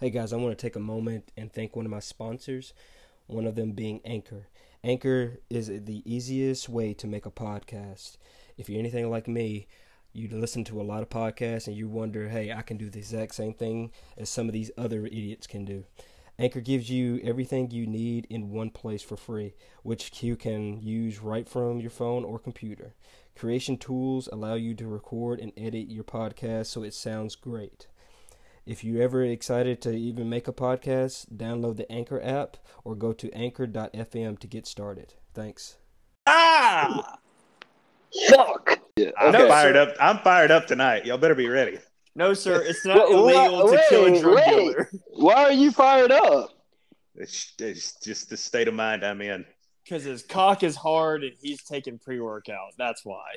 Hey guys, I want to take a moment and thank one of my sponsors, one of them being Anchor. Anchor is the easiest way to make a podcast. If you're anything like me, you listen to a lot of podcasts and you wonder, hey, I can do the exact same thing as some of these other idiots can do. Anchor gives you everything you need in one place for free, which you can use right from your phone or computer. Creation tools allow you to record and edit your podcast so it sounds great. If you're ever excited to even make a podcast, download the Anchor app or go to anchor.fm to get started. Thanks. Ah, Fuck. Yeah. I'm okay. fired up. I'm fired up tonight. Y'all better be ready. No, sir, it's not Wha- wha- illegal to kill a wait, drug wait. dealer. Why are you fired up? It's, it's just the state of mind I'm in. Because his cock is hard and he's taking pre workout. That's why.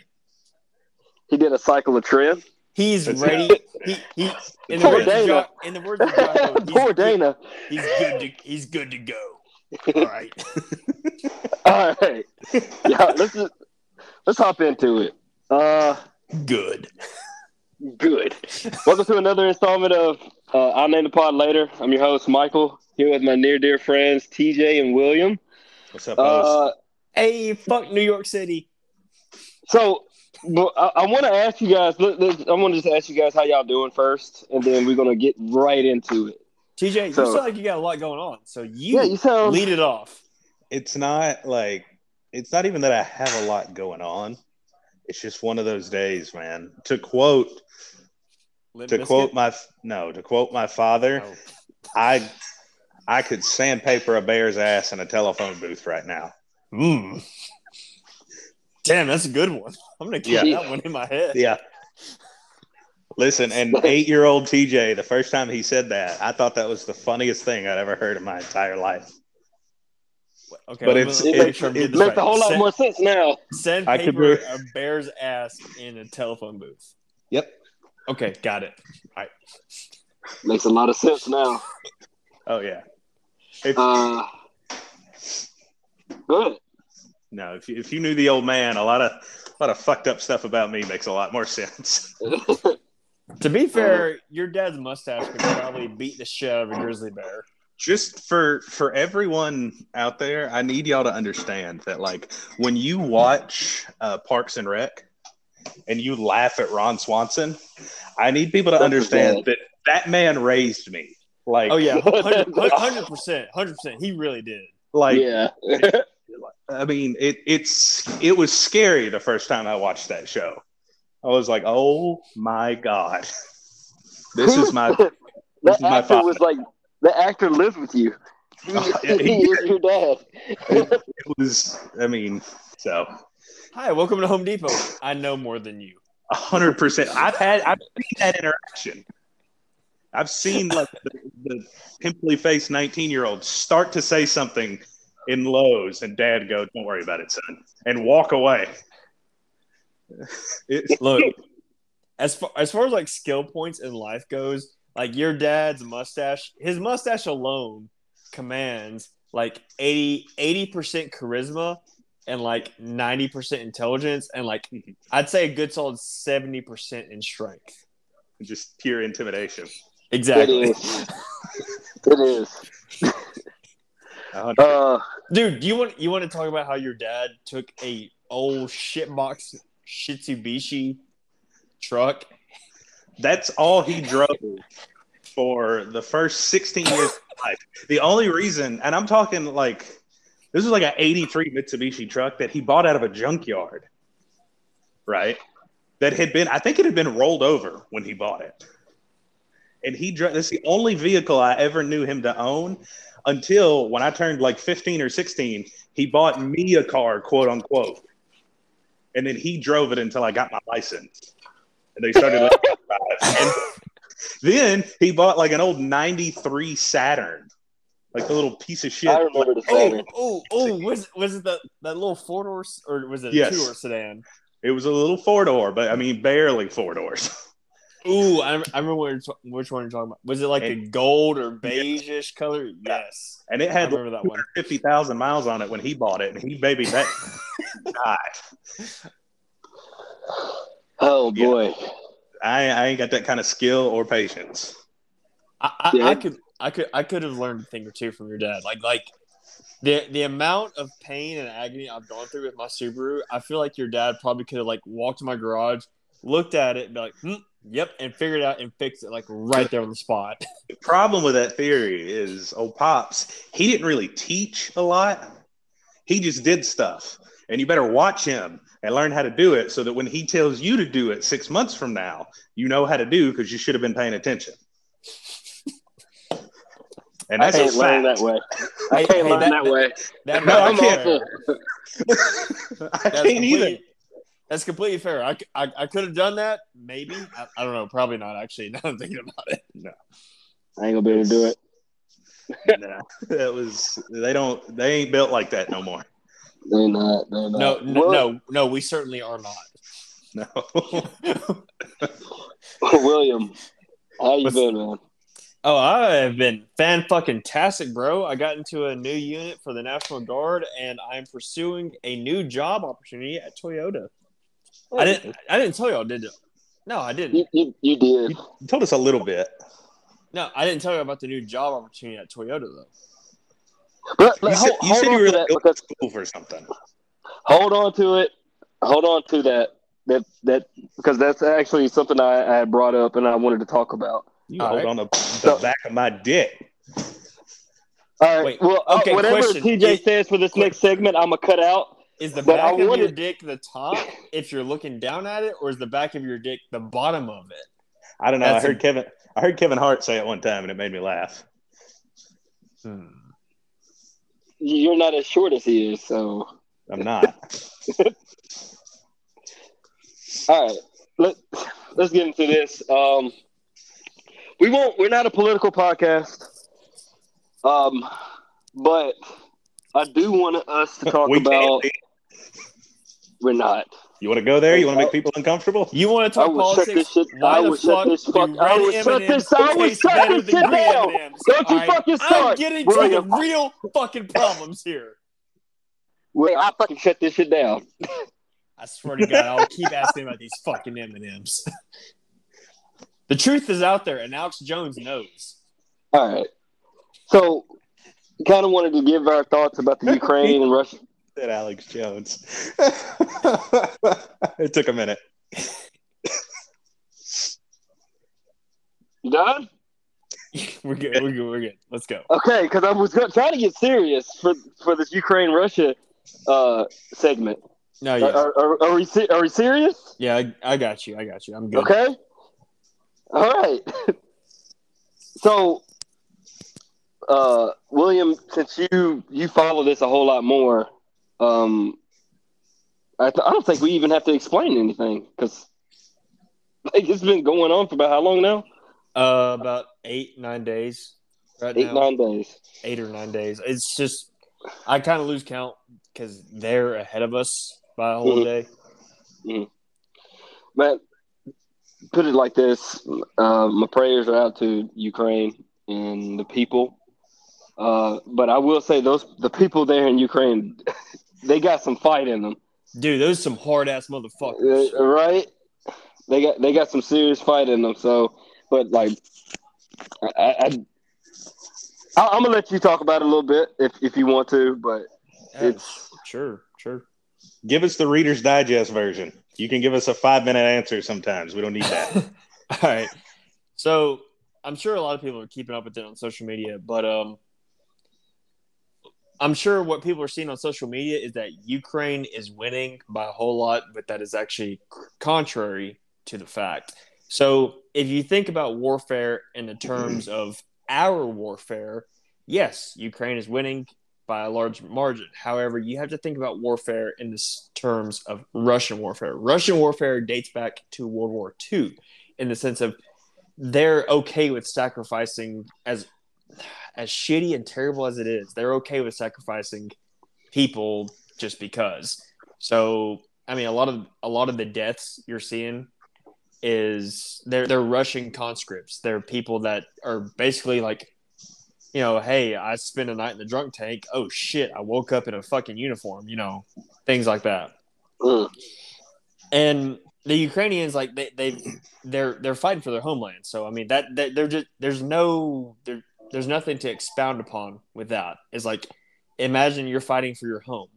He did a cycle of trim. He's That's ready. He, he, in, the Poor words of Dana. Jo- in the words of Jocko, he's Poor good- Dana. He's good to, he's good to go. All right. All right. Yeah, let's just, let's hop into it. Uh, Good. good. Welcome to another installment of uh, I'll name the pod later. I'm your host Michael here with my near dear friends TJ and William. What's up, Oz? Uh, Hey, fuck New York City. so but I, I want to ask you guys. Let, let, I want to just ask you guys how y'all doing first, and then we're gonna get right into it. TJ, So- you sound like you got a lot going on. So you, yeah, you sound. lead it off. it's not like it's not even that I have a lot going on. It's just one of those days, man. To quote Limp to Bizkit? quote my no, to quote my father, Oh. I I could sandpaper a bear's ass in a telephone booth right now. Mm. Damn, that's a good one. I'm gonna keep Yeah. that one in my head. Yeah. Listen, and eight year old TJ, the first time he said that, I thought that was the funniest thing I'd ever heard in my entire life. Okay, let But me- it's- let me it- make sure I'm it- getting this Makes right. a whole lot Sand- more sense now. I could Sandpaper re- a bear's ass in a telephone booth. Yep. Okay, got it. Makes a lot of sense now. Oh yeah. If, Uh, good. no, if you, if you knew the old man, a lot of a lot of fucked up stuff about me makes a lot more sense. To be fair, your dad's mustache could probably beat the shit out of a grizzly bear. just for for everyone out there i need y'all to understand that like when you watch uh, parks and rec and you laugh at ron swanson i need people to That's understand bad. that that man raised me like Oh yeah, hundred percent, hundred percent. He really did. like yeah. i mean it it's it was scary the first time i watched that show i was like oh my god this is my The is my actor father. was like the actor lives with you. He, Oh, yeah, he he is your dad. it was i mean so Hi, welcome to Home Depot. I know more than you. A hundred percent. I've had I've seen that interaction. I've seen like the, the pimply faced nineteen year old start to say something in Lowe's, and Dad go, "Don't worry about it, son," and walk away. It's- Look, as far as far as like skill points in life goes, like your dad's mustache, his mustache alone commands like 80 percent charisma and like ninety percent intelligence and like I'd say a good solid seventy percent in strength. just pure intimidation. It Exactly, is. It is. A hundred- Uh, dude. You want you want to talk about how your dad took a old shitbox Shitsubishi truck? That's all he drove for the first sixteen years of his life. The only reason, and I'm talking like this was like an '83 Mitsubishi truck that he bought out of a junkyard, right? That had been, I think it had been rolled over when he bought it. And he drove. That's the only vehicle I ever knew him to own until when I turned like 15 or 16. He bought me a car, quote unquote, and then he drove it until I got my license. And they started. letting me drive. And then he bought like an old 93 Saturn, like the little piece of shit. I remember the Oh, Saturn. oh, oh! Was was it that that little four door or was it a Yes. two door sedan? It was a little four door, but I mean, barely four doors. Ooh, I, rem- I remember which, which one you're talking about. Was it like the gold or beige-ish color? Yes, And it I had remember that one. 50,000 miles on it when he bought it, and he baby that. God, Oh boy. I, I ain't got that kind of skill or patience. I, I, Yeah. I could I could I could have learned a thing or two from your dad. Like like the the amount of pain and agony I've gone through with my Subaru, I feel like your dad probably could have like walked to my garage, looked at it, and be like, hmm, yep, and figured it out and fixed it like right there on the spot. The problem with that theory is old Pops, he didn't really teach a lot. He just did stuff. And you better watch him and learn how to do it so that when he tells you to do it six months from now, you know how to do because you should have been paying attention. And I that's a can't learn fact. that way. I Hey, can't hey, learn that- that, way. That No, I right can't. there, I that's can't either. completely- That's completely fair. I, c- I, I could have done that, maybe. I, I don't know. Probably not, actually. Now I'm thinking about it. No. I ain't gonna be able to do it. No, that was they don't they ain't built like that no more. They're not. They're not. No, no, Will, no, no, we certainly are not. No. William, how you What's- been, man? oh, I have been fan fucking tastic, bro. I got into a new unit for the National Guard, and I'm pursuing a new job opportunity at Toyota. I didn't. I didn't tell y'all, did you? No, I didn't. You, you, you did. You told us a little bit. No, I didn't tell you about the new job opportunity at Toyota though. But, but You said, hold, you, hold said on you were to that like going because to school for something. hold on to it. Hold on to that. That that because that's actually something I, I had brought up and I wanted to talk about. You Hold alright? on the, the So- back of my dick. All right. Wait, well, uh, okay, whatever question. TJ It- says for this next segment, I'm gonna cut out. Is the But I back of your wanted- dick the top if you're looking down at it, or is the back of your dick the bottom of it? I don't know. That's I a- heard Kevin. I heard Kevin Hart say it one time, and it made me laugh. You're not as short as he is, so I'm not. all right. Let Let's get into this. Um, we won't. We're not a political podcast. Um, but I do want us to talk we about. can't be. We're not. You want to go there? You want to make people uncomfortable? You want to I talk would shut this politics? shit. Why I the would shut this do fuck. I red would shut M&Ms this. I would taste shut better this than shit green down. M&Ms? Don't you Alright, fucking I'm start, getting to the William. real fucking problems here. Well, I fucking shut this shit down. I swear to God, I'll keep asking about these fucking M and M's. The truth is out there, and Alex Jones knows. All right. So, kind of wanted to give our thoughts about the Ukraine and Russia. Said Alex Jones. it took a minute. You done? We're good. We're good. We're good. Let's go. Okay, because I was go- trying to get serious for for this Ukraine Russia uh, segment. No, Are, yeah, are, are, are we se- are we serious? yeah. I, I got you. I got you. I'm good. Okay. All right. so, uh, William, since you you follow this a whole lot more, um, I, th- I don't think we even have to explain anything because like it's been going on for about how long now? Uh, about eight, nine days. Right Eight now. nine days. eight or nine days. It's just I kind of lose count because they're ahead of us by a whole Mhm. day. But put it like this: uh, my prayers are out to Ukraine and the people. Uh, but I will say those the people there in Ukraine, they got some fight in them, Dude, those some hard ass motherfuckers. Uh, right? They got they got some serious fight in them. So, but like, I, I, I I'm gonna let you talk about it a little bit if if you want to, but Yeah, it's- sure, sure. Give us the Reader's Digest version. You can give us a five minute answer sometimes. We don't need that. All right. So I'm sure a lot of people are keeping up with it on social media, but um, I'm sure what people are seeing on social media is that Ukraine is winning by a whole lot, but that is actually c- contrary to the fact. So if you think about warfare in the terms of our warfare, yes, Ukraine is winning by a large margin. However, you have to think about warfare in this terms of Russian warfare. Russian warfare dates back to World War II in the sense of they're okay with sacrificing as as shitty and terrible as it is they're okay with sacrificing people just because so i mean a lot of a lot of the deaths you're seeing is they're they're russian conscripts they're people that are basically like you know hey i spent a night in the drunk tank oh shit i woke up in a fucking uniform you know things like that mm, and the Ukrainians like they they they're they're fighting for their homeland. So I mean that, that they're just there's no there there's nothing to expound upon with that. It's like imagine you're fighting for your home,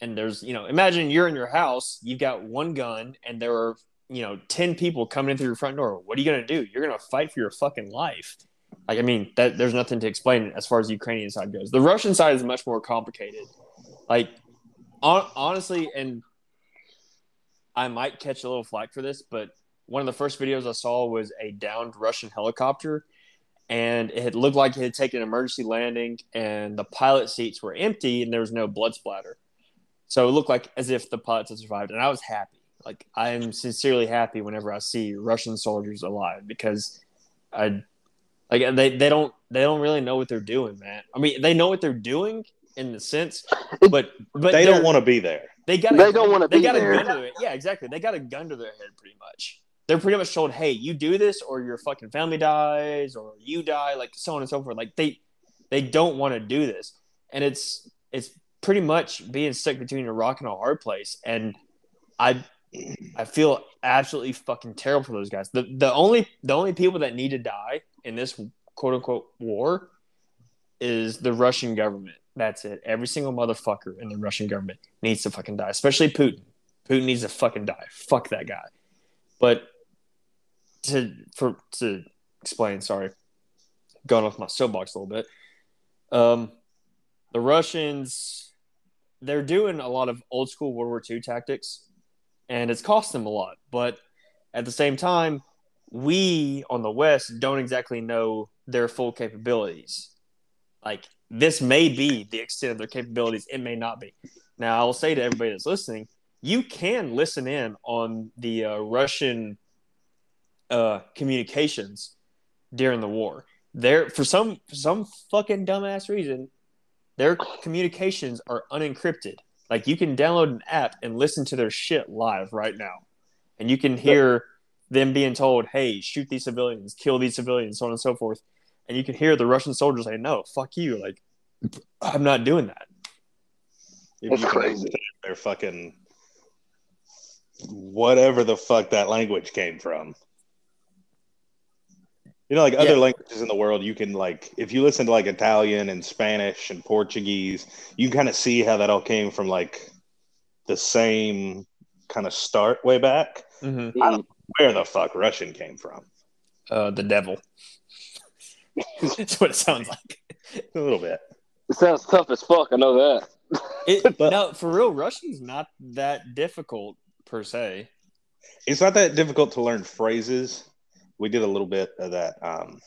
and there's you know imagine you're in your house, you've got one gun, and there are you know ten people coming in through your front door. What are you gonna do? You're gonna fight for your fucking life. Like I mean, that there's nothing to explain as far as the Ukrainian side goes. The Russian side is much more complicated. Like hon- honestly, and I might catch a little flack for this, but one of the first videos I saw was a downed Russian helicopter, and it had looked like it had taken an emergency landing, and the pilot seats were empty, and there was no blood splatter. So it looked like as if the pilots had survived, and I was happy. Like I'm sincerely happy whenever I see Russian soldiers alive because I like they, they don't they don't really know what they're doing, man. I mean, they know what they're doing in the sense, but but they don't they're- want to be there. they got a They gun- don't wanna they be got there. a gun to their yeah exactly they got a gun to their head pretty much they're pretty much told hey you do this or your fucking family dies or you die like so on and so forth like they they don't want to do this and it's it's pretty much being stuck between a rock and a hard place and I I feel absolutely fucking terrible for those guys the the only the only people that need to die in this quote unquote war is the Russian government. That's it. Every single motherfucker in the Russian government needs to fucking die, especially Putin. Putin needs to fucking die. Fuck that guy. But to for to explain, sorry, gone off my soapbox a little bit. Um, the Russians, they're doing a lot of old school World War II tactics, and it's cost them a lot. But at the same time, we on the West don't exactly know their full capabilities like this may be the extent of their capabilities it may not be now i will say to everybody that's listening you can listen in on the uh, russian uh, communications during the war there for some for some fucking dumbass reason their communications are unencrypted like you can download an app and listen to their shit live right now and you can hear them being told hey shoot these civilians kill these civilians so on and so forth and you can hear the Russian soldiers say, "No, fuck you! Like, I'm not doing that." If That's you can crazy. understand Their fucking whatever the fuck that language came from. You know, like other Yeah. languages in the world, you can like if you listen to like Italian and Spanish and Portuguese, you kind of see how that all came from like the same kind of start way back. Mm-hmm. Where the fuck Russian came from? Uh, the devil. That's what it sounds like. A little bit. It sounds tough as fuck. I know that. It, But- no, for real, Russian's not that difficult per se. It's not that difficult to learn phrases. We did a little bit of that um,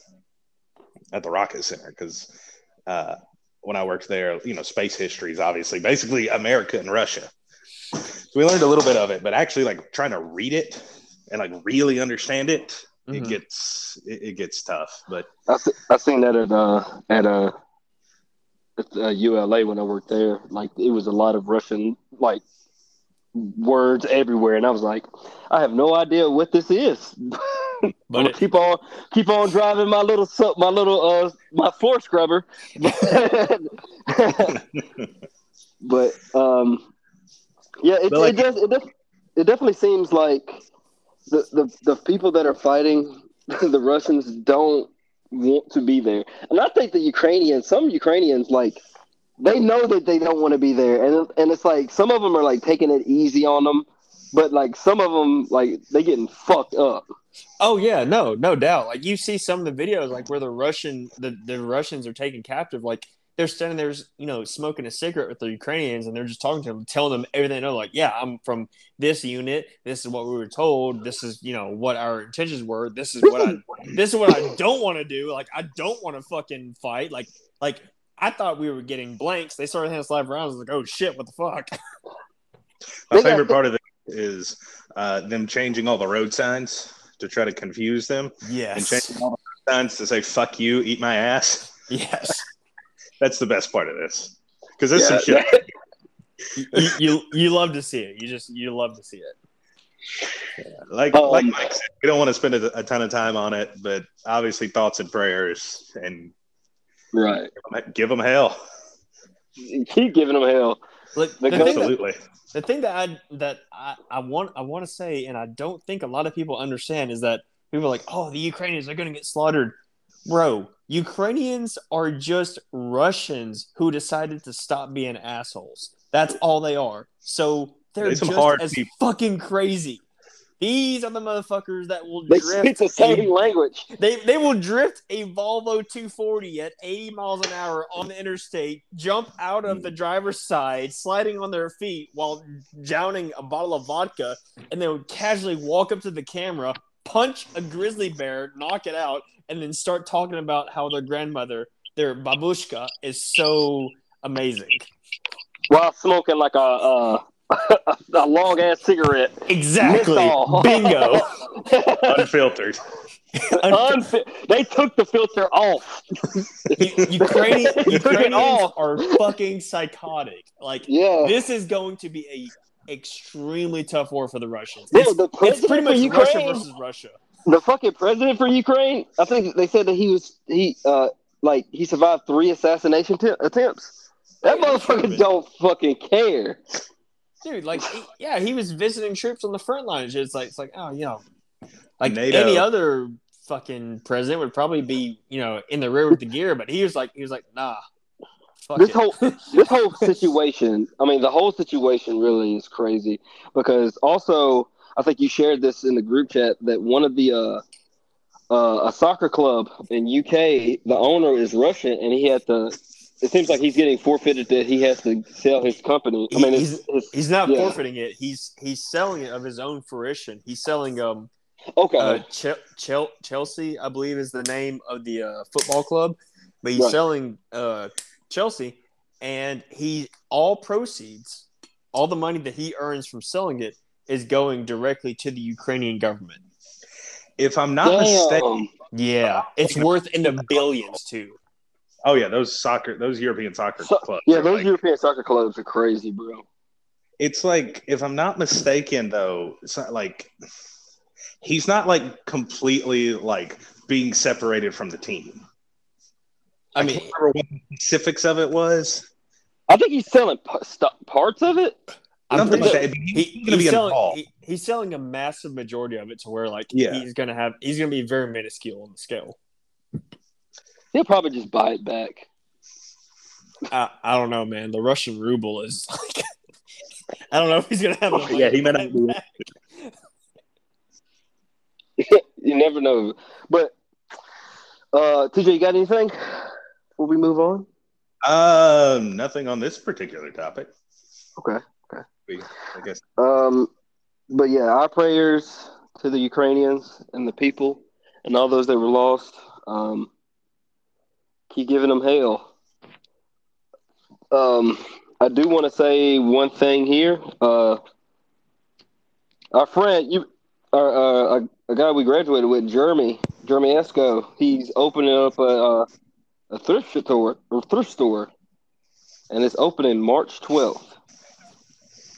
at the Rocket Center because uh, when I worked there, you know, space history is obviously basically America and Russia. So we learned a little bit of it, but actually, like trying to read it and like really understand it, it Mhm. gets it, it gets tough. But I se- I seen that at uh at uh, at uh ULA when I worked there. Like it was a lot of Russian like words everywhere, and I was like, I have no idea what this is. but I'ma it, keep on keep on driving my little su- my little uh my floor scrubber. but um, yeah, it, But, like- it does it, def- it definitely seems like the, the the people that are fighting the Russians don't want to be there, and I think the Ukrainians, some Ukrainians like. They know that they don't want to be there, and and it's like some of them are like taking it easy on them, but like some of them like they getting fucked up. oh yeah, no, no doubt. Like you see some of the videos, like where the Russian the, the Russians are taken captive, like. They're standing there, you know, smoking a cigarette with the Ukrainians, and they're just talking to them, telling them everything they know. Like, yeah, I'm from this unit. This is what we were told. This is, you know, what our intentions were. This is what I this is what I don't want to do. Like I don't want to fucking fight. Like like I thought we were getting blanks. They started handing us live rounds. I was like, oh shit, what the fuck? They my got- favorite part of it is uh, them changing all the road signs to try to confuse them and changing all the road signs to say "fuck you," "eat my ass." yes. That's the best part of this because there's some Yeah. shit. You, you you love to see it. You just you love to see it. like Um, like Mike said, we don't want to spend a, a ton of time on it, but obviously thoughts and prayers and Right. give them hell. Keep giving them hell. Look, the thing Like, that, Absolutely. the thing that I that I, I want I want to say, and I don't think a lot of people understand is that people are like, oh, the Ukrainians are going to get slaughtered, bro. Ukrainians are just Russians who decided to stop being assholes. That's all they are. So they're They some just hard as people. fucking crazy. These are the motherfuckers that will They speak drift. the same language. They they will drift a Volvo 240 at 80 miles an hour on the interstate, jump out of Hmm. the driver's side, sliding on their feet while downing a bottle of vodka, and they would casually walk up to the camera, punch a grizzly bear, knock it out, and then start talking about how their grandmother, their babushka, is so amazing. While smoking like a uh, a long ass cigarette. Exactly. all. Bingo. Oh. unfiltered. Unfi- they took the filter off. U- Ukrainian, Ukrainians all. are fucking psychotic. Like Yeah. this is going to be a extremely tough war for the Russians. Dude, It's, the it's president pretty for much Russia Ukraine, versus Russia. the fucking president for Ukraine. I think they said that he was he uh like he survived three assassination t- attempts. That motherfucker don't fucking care. Dude, like, he- yeah, he was visiting troops on the front lines. It's like, it's like, oh, you know, like NATO. any other fucking president would probably be, you know, in the rear with the gear. But he was like, he was like, nah, fuck This it. whole this whole situation. I mean, the whole situation really is crazy because also I think you shared this in the group chat that one of the uh, uh a soccer club in UK, the owner is Russian and he had to. It seems like he's getting forfeited that he has to sell his company. I mean, his, his, He's not Yeah. forfeiting it. He's he's selling it of his own fruition. He's selling um okay, uh, Chel- Chel- Chelsea, I believe, is the name of the uh, football club, but he's Right. selling uh, Chelsea, and he all proceeds, all the money that he earns from selling it is going directly to the Ukrainian government. If I'm not Damn. mistaken, Yeah, it's worth in the billions too. oh yeah, those soccer, those European soccer So- clubs. Yeah, are, those like- European soccer clubs are crazy, bro. it's like if I'm not mistaken, though, it's not like he's not like completely like being separated from the team. I mean, Remember what the specifics of it was? I think he's selling p- st- parts of it. I'm Something pretty like sure that. He's he, gonna he's, be selling, involved. he- he's selling a massive majority of it to where like Yeah. he's gonna have he's gonna be very minuscule on the scale. He'll probably just buy it back. I, I don't know, man. The Russian ruble is like I don't know if he's gonna have. Oh, yeah, he might not be- you never know. But uh TJ, you got anything? Will we move on? Um, nothing on this particular topic. Okay, okay. We- I guess Um, but yeah, our prayers to the Ukrainians and the people and all those that were lost. Um, keep giving them hell. Um, I do want to say one thing here. Uh, our friend, you, our, uh, a, a guy we graduated with, Jeremy Jeremy Esco, he's opening up a, uh, a thrift store, a thrift store, and it's opening March twelfth.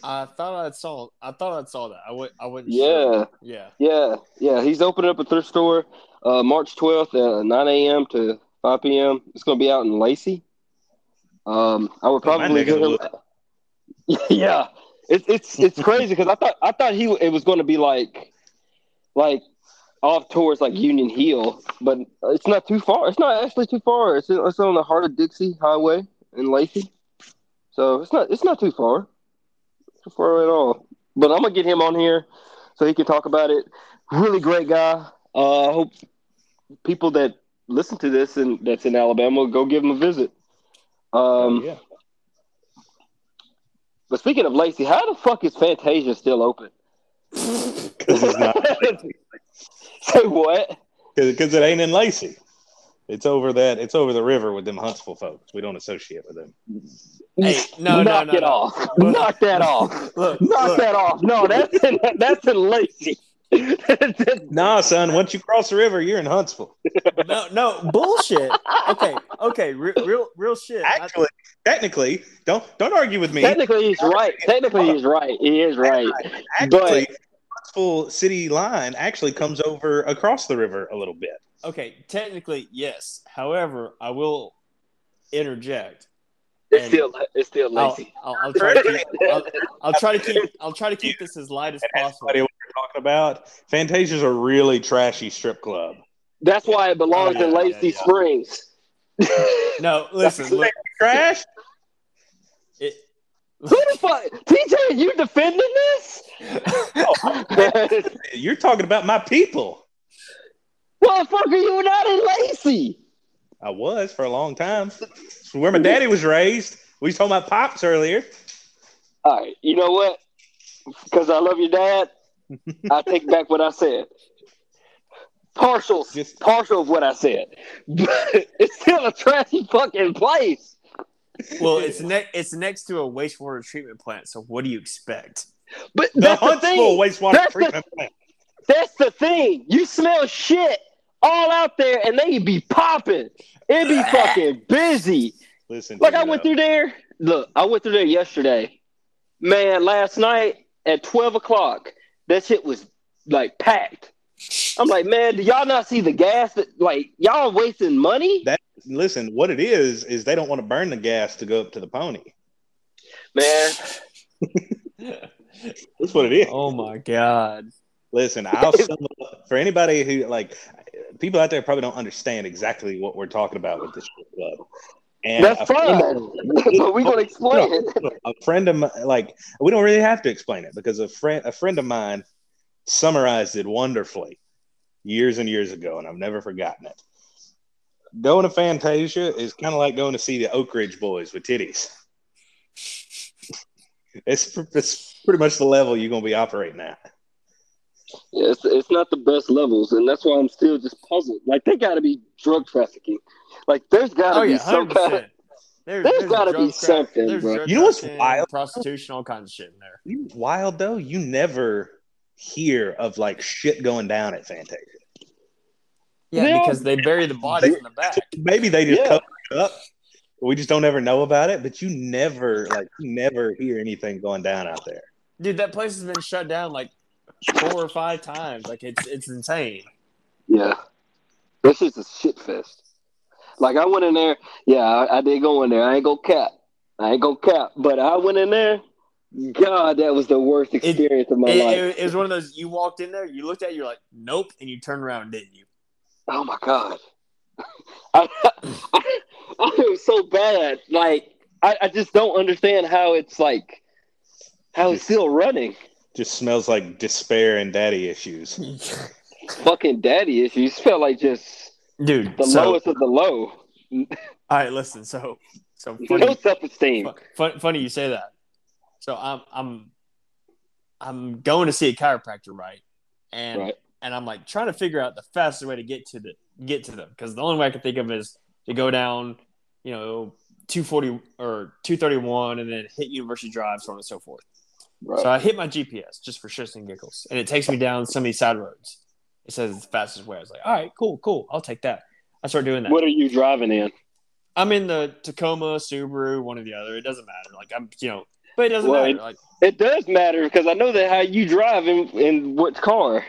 I thought I saw. I thought I saw that. I would. I wouldn't. sure. Yeah. Yeah. Yeah, yeah. He's opening up a thrift store uh, March 12th at 9 a.m. to 5 p.m. It's going to be out in Lacey. Um, I would Oh, my probably neck of get the him. yeah, it's it's it's crazy because I thought I thought he it was going to be like like off towards like Union Hill, but it's not too far. It's not actually too far. It's it's on the heart of Dixie Highway in Lacey, so it's not it's not too far, It's not far at all. But I'm gonna get him on here so he can talk about it. Really great guy. Uh, I hope people that listen to this and that's in Alabama go give him a visit. Um, yeah. But speaking of Lacey, how the fuck is Fantasia still open? 'Cause it's not Say what? because it ain't in Lacey. It's over that. It's over the river with them Huntsville folks. We don't associate with them. Hey, no, no, knock no, it no. off. knock that off. Look. Knock that off. No, that's in, that's in Lacey. Nah, son. Once you cross the river, you're in Huntsville. No. No. Bullshit. Okay. Okay. Re- real. Real shit. I- Actually, technically, don't don't argue with me. Technically, he's right. Technically, he's right. He is right. Actually, Huntsville city line actually comes over across the river a little bit. okay. Technically, yes. However, I will interject. It's still it's still I'll, Lacey. I'll, I'll try to keep. Uh, I'll, I'll try to keep. I'll try to keep this as light as That's possible. what we're talking about. Fantasia's a really trashy strip club. That's why it belongs Oh, yeah, in Lacey yeah, yeah. Springs. No, listen. look, Trash. it, Who the fuck? TJ, you defending this? You're talking about my people. Motherfucker, you not in Lacey. I was for a long time. It's where my daddy was raised. We was talking about pops earlier. All right, you know what? Because I love your dad, I take back what I said. Partial, Just partial of what I said. But it's still a trashy fucking place. well, it's next. It's next to a wastewater treatment plant. So what do you expect? But the that's the, Huntsville thing. wastewater That's the- treatment plant. That's the thing. You smell shit all out there, and they be popping. It be fucking busy. Listen, Like check I it went out. through there. Look, I went through there yesterday. Man, last night at twelve o'clock, that shit was like packed. I'm like, man, do y'all not see the gas? That, like y'all wasting money, That- Listen, what it is is they don't want to burn the gas to go up to the pony. man. That's what it is. Oh my god. Listen, I'll sum it up for anybody who like people out there probably don't understand exactly what we're talking about with this shit club. And That's a fine, friend- but we gonna explain it. a friend of mine, like we don't really have to explain it because a friend, a friend of mine, summarized it wonderfully years and years ago, and I've never forgotten it. Going to Fantasia is kind of like going to see the Oak Ridge Boys with titties. It's pr- it's pretty much the level you're gonna be operating at. Yeah, it's, it's not the best levels, and that's why I'm still just puzzled. Like they gotta be drug trafficking. Like there's gotta Oh be yeah, some hundred kind of percent. There's, drug gotta be traffic- something, there's bro. drug You know what's trafficking, wild? Prostitution, all kinds of shit in there. You wild though, you never hear of like shit going down at Fantasia. Yeah, Yeah. because they bury the bodies in the back. maybe they just Yeah. cover it up. We just don't ever know about it, but you never like you never hear anything going down out there. Dude, that place has been shut down like four or five times. Like it's it's insane. Yeah. This is a shit fest. Like I went in there, yeah, I, I did go in there. I ain't go cap. I ain't go cap. But I went in there. God, that was the worst experience of my It, life. it, it was one of those you walked in there, you looked at it, you're like, nope, and you turned around, didn't you? oh my god. I, I, I was so bad. Like I, I just don't understand how it's like how it's still running. Just smells like despair and daddy issues. Fucking daddy issues. Felt like just Dude, the so, lowest of the low. all right, listen. So, so No funny, self esteem. fun, funny you say that. So I'm I'm I'm going to see a chiropractor, right? And Right. and I'm like trying to figure out the fastest way to get to the get to them because the only way I can think of is to go down, you know, two forty or two thirty one, and then hit University Drive, so on and so forth. Right. So I hit my GPS just for shits and giggles, and it takes me down some of these side roads. It says it's the fastest way. I was like, all right, cool, cool, I'll take that. I start doing that. What are you driving in? I'm in the Tacoma, Subaru, one or the other. It doesn't matter. Like I'm, you know, but it doesn't Well, matter. it- Like It does matter because I know that how you drive and, and what car.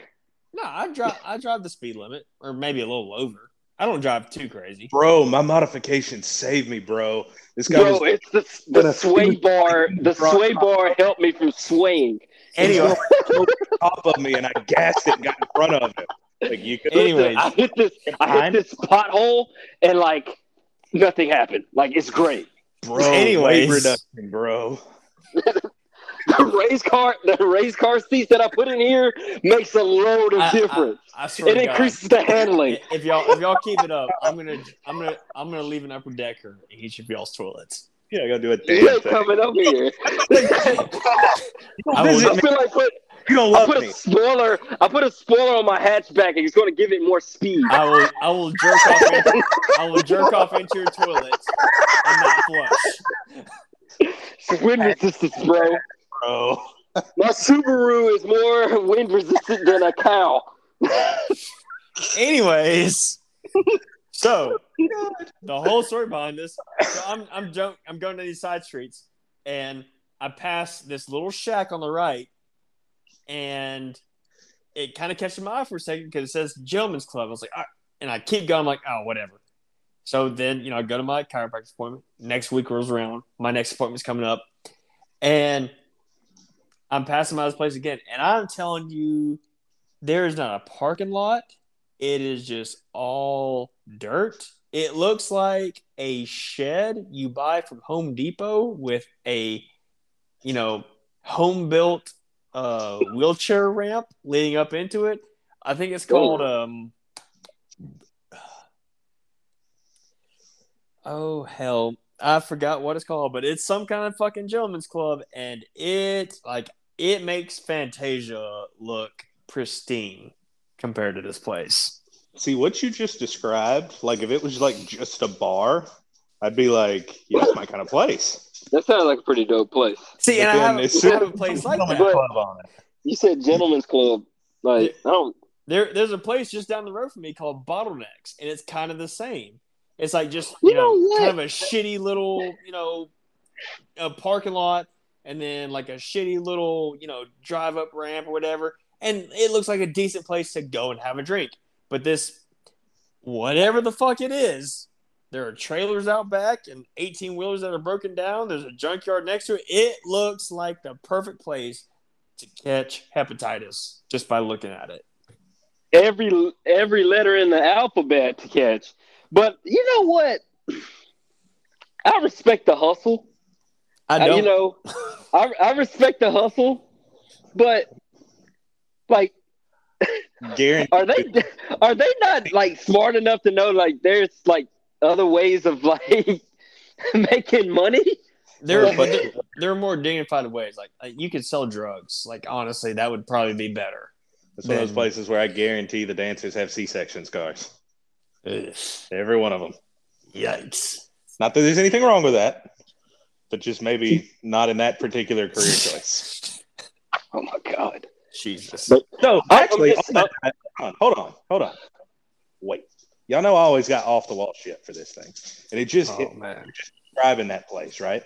no, I drive. I drive the speed limit, or maybe a little over. I don't drive too crazy. Bro, my modification saved me, bro. This guy Bro, was it's the, the Gonna sway shoot bar. The Bro. sway bar helped me from swaying. Anyway, on top of me and I gassed it and got in front of him. Like you could anyways, I hit this. I hit this pothole and like nothing happened. Like it's great. bro Anyways. weight reduction, bro. The race car, the race car seats that I put in here makes a load of I, difference. I, I swear to it God. increases the handling. If y'all if y'all keep it up, I'm gonna I'm gonna I'm gonna leave an upper decker in each of y'all's toilets. Yeah, I gotta do a damn You ain't thing. coming up here. I I will, feel like put, You don't I love put me. a spoiler. I put a spoiler on my hatchback, and it's going to give it more speed. I will I will jerk off into, I will jerk off into your toilet and not flush. Wind resistance, bro. bro. My Subaru is more wind resistant than a cow. Anyways, so the whole story behind this. So I'm I'm jo- I'm going to these side streets, and I pass this little shack on the right, and it kind of catches my eye for a second because it says Gentlemen's Club. I was like, all right. and I keep going. I'm like, oh, whatever. So then you know I go to my chiropractic appointment. Next week rolls around. My next appointment's coming up, and I'm passing by this place again, and I'm telling you, there is not a parking lot It is just all dirt. It looks like a shed you buy from Home Depot with a, you know, home built uh, wheelchair ramp leading up into it. I think it's called um. Oh hell, I forgot what it's called, but it's some kind of fucking gentleman's club, and it like it makes Fantasia look pristine compared to this place. See what you just described. Like if it was like just a bar, I'd be like, yeah, that's my kind of place. That sounds like a pretty dope place. See, and I But then haven't, it's- I haven't placed like Gentleman's that. club on it. You said gentleman's club. Like I don't. There, there's a place just down the road from me called Bottlenecks, and it's kind of the same. It's like just you, You know, know what? kind of a shitty little you know, a parking lot, and then like a shitty little you know drive up ramp or whatever, and it looks like a decent place to go and have a drink. But this, whatever the fuck it is, there are trailers out back and eighteen wheelers that are broken down. There's a junkyard next to it. It looks like the perfect place to catch hepatitis just by looking at it. every every letter in the alphabet to catch. But you know what? I respect the hustle. I I- don't. you know, I I respect the hustle, but like, Guaranteed. are they are they not like smart enough to know like there's like other ways of like making money? there, are, Yeah, but- there, there are more dignified ways. Like, like, you could sell drugs. Like honestly, that would probably be better. It's one of those places where I guarantee the dancers have C section scars. Ugh. Every one of them. Yikes! Not that there's anything wrong with that, but just maybe not in that particular career choice. Oh my god! Jesus. But- No, I- actually, I'm just- hold on, hold on, hold on, hold on. Wait. Y'all know I always got off the wall shit for this thing, and it just hit Oh man. describing that place, right?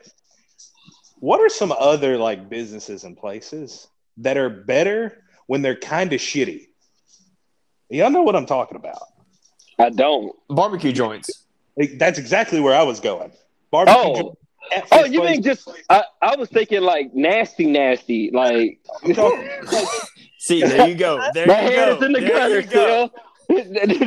What are some other like businesses and places that are better when they're kind of shitty? Y'all know what I'm talking about. I don't. Barbecue joints. Like, that's exactly where I was going. Barbecue. Oh, joint at oh, this you place- mean just? I I was thinking like nasty, nasty, like. I'm talking- See, there you go. There My you hand go. is in the There gutter you go. still.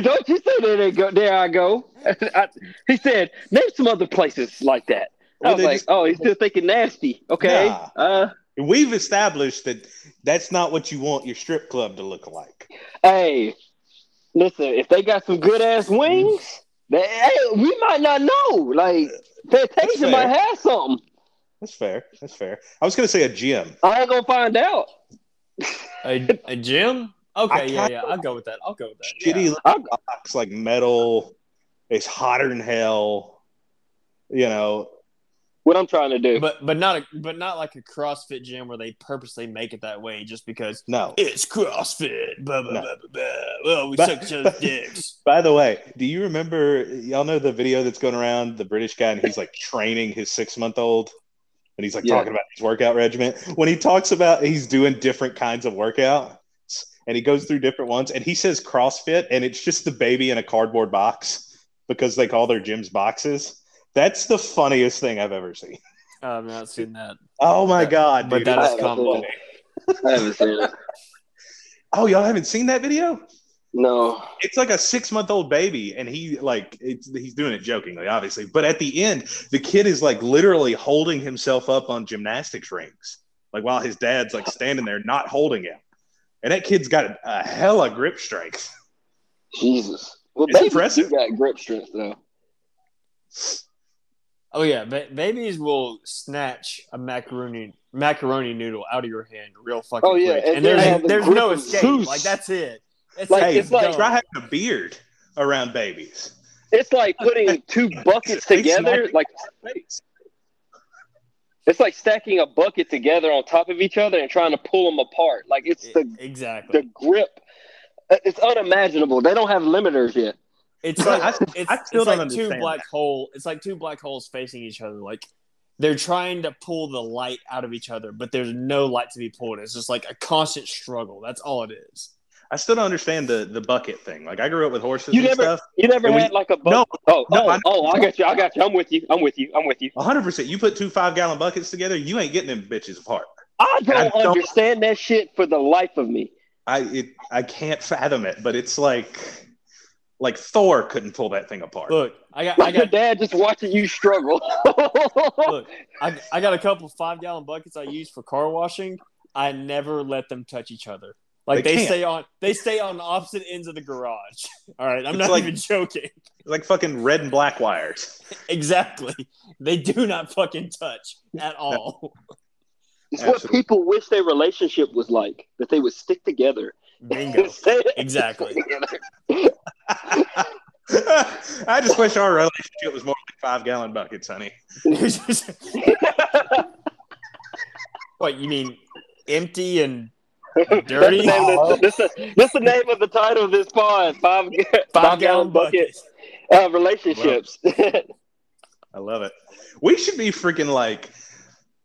Don't you say there they go? There I go. I- he said, name some other places like that. I Well, was they like, just- oh, he's still thinking nasty. Okay. Nah. Uh, We've established that that's not what you want your strip club to look like. hey, listen, if they got some good ass wings, they, hey, we might not know. Like, That's Fantasia fair. might have something. That's fair. That's fair. I was gonna say a gym. I ain't gonna find out. A, a gym. I Okay, yeah, kinda- yeah. I'll go with that. I'll go with that. Shitty Yeah. little I'm- box, like metal. It's hotter than hell. You know, What I'm trying to do. But but not a but not like a CrossFit gym where they purposely make it that way just because no. it's CrossFit. Blah blah No. blah blah. blah. Well, we But- suck each other's dicks. By the way, do you remember y'all know the video that's going around the British guy and he's like training his six month old and he's like Yeah. talking about his workout regimen. When he talks about he's doing different kinds of workouts and he goes through different ones and he says CrossFit and it's just the baby in a cardboard box because they call their gyms boxes. That's the funniest thing I've ever seen. I've not seen that. Oh my That- god, But dude. that is that's common. funny. I haven't seen it. Oh, y'all haven't seen that video? No. it's like a six month old baby and he like it's, he's doing it jokingly obviously but at the end the kid is like literally holding himself up on gymnastics rings like while his dad's like standing there not holding him and that kid's got a, a hella grip strength Jesus. Well, It's baby, impressive. You got grip strength, though. Oh yeah, ba- babies will snatch a macaroni macaroni noodle out of your hand real fucking Oh, yeah, quick, and and, there's then have the there's no grip of escape. Zeus. Like that's it. It's Like, like, hey it's like- try having a beard around babies It's like putting two buckets together, like It's like stacking a bucket together on top of each other and trying to pull them apart. Like it's the exactly. the grip. Uh, It's unimaginable. They don't have limiters yet. it's like I- it's, I still it's don't like two understand black hole. It's like two black holes facing each other. Like they're trying to pull the light out of each other, but there's no light to be pulled. It's just like a constant struggle. That's all it is. i still don't understand the the bucket thing like i grew up with horses You and never- stuff You never And we- had like a no, bucket. oh, no, oh, I- Oh, I, oh, I got you. I got you. I'm with you. I'm with you. I'm with you. 100% you put two five gallon buckets together you ain't getting them bitches apart I don't, I don't- understand that shit for the life of me. I it I can't fathom it, but it's like Like Thor couldn't pull that thing apart. Look, I got, I Like your got, dad just watching you struggle. look, I, I got a couple five gallon buckets I use for car washing. I never let them touch each other. Like They they, can't. stay on, they stay on opposite ends of the garage. All right, I'm It's not like- even joking. It's like fucking red and black wires. Exactly, they do not fucking touch at all. It's what Absolutely. people wish their relationship was like, that they would stick together. Bingo. Stay- Exactly. I just wish our relationship was more like five gallon buckets, honey. what you mean, empty and dirty? That's the name of the- That's the that's the name of the title of this pod. Five, Five gallon bucket buckets. uh, relationships. I love it. We should be freaking like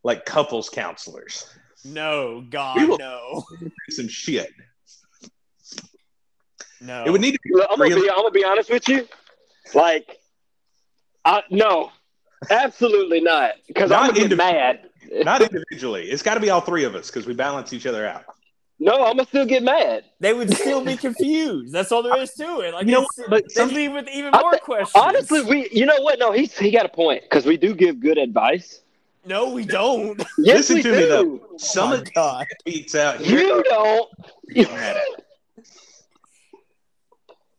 like couples counselors. No, God, We will- no, Some shit. no. It would need to be Look, I'm gonna Really? be I'm gonna be honest with you. Like, I no, absolutely not. Because I'm Not gonna indiv- get mad. not individually. It's got to be all three of us because we balance each other out. No, I'm gonna still get mad. they would still be confused. That's all there is to it. Like, You know it's- what, but they some- leave with even I more think- questions. Honestly, we you know what? No, he's he got a point because we do give good advice. no, we don't. Yes, Listen we to do. me, though. Oh Some my of these God. beats out here. You don't. mad at.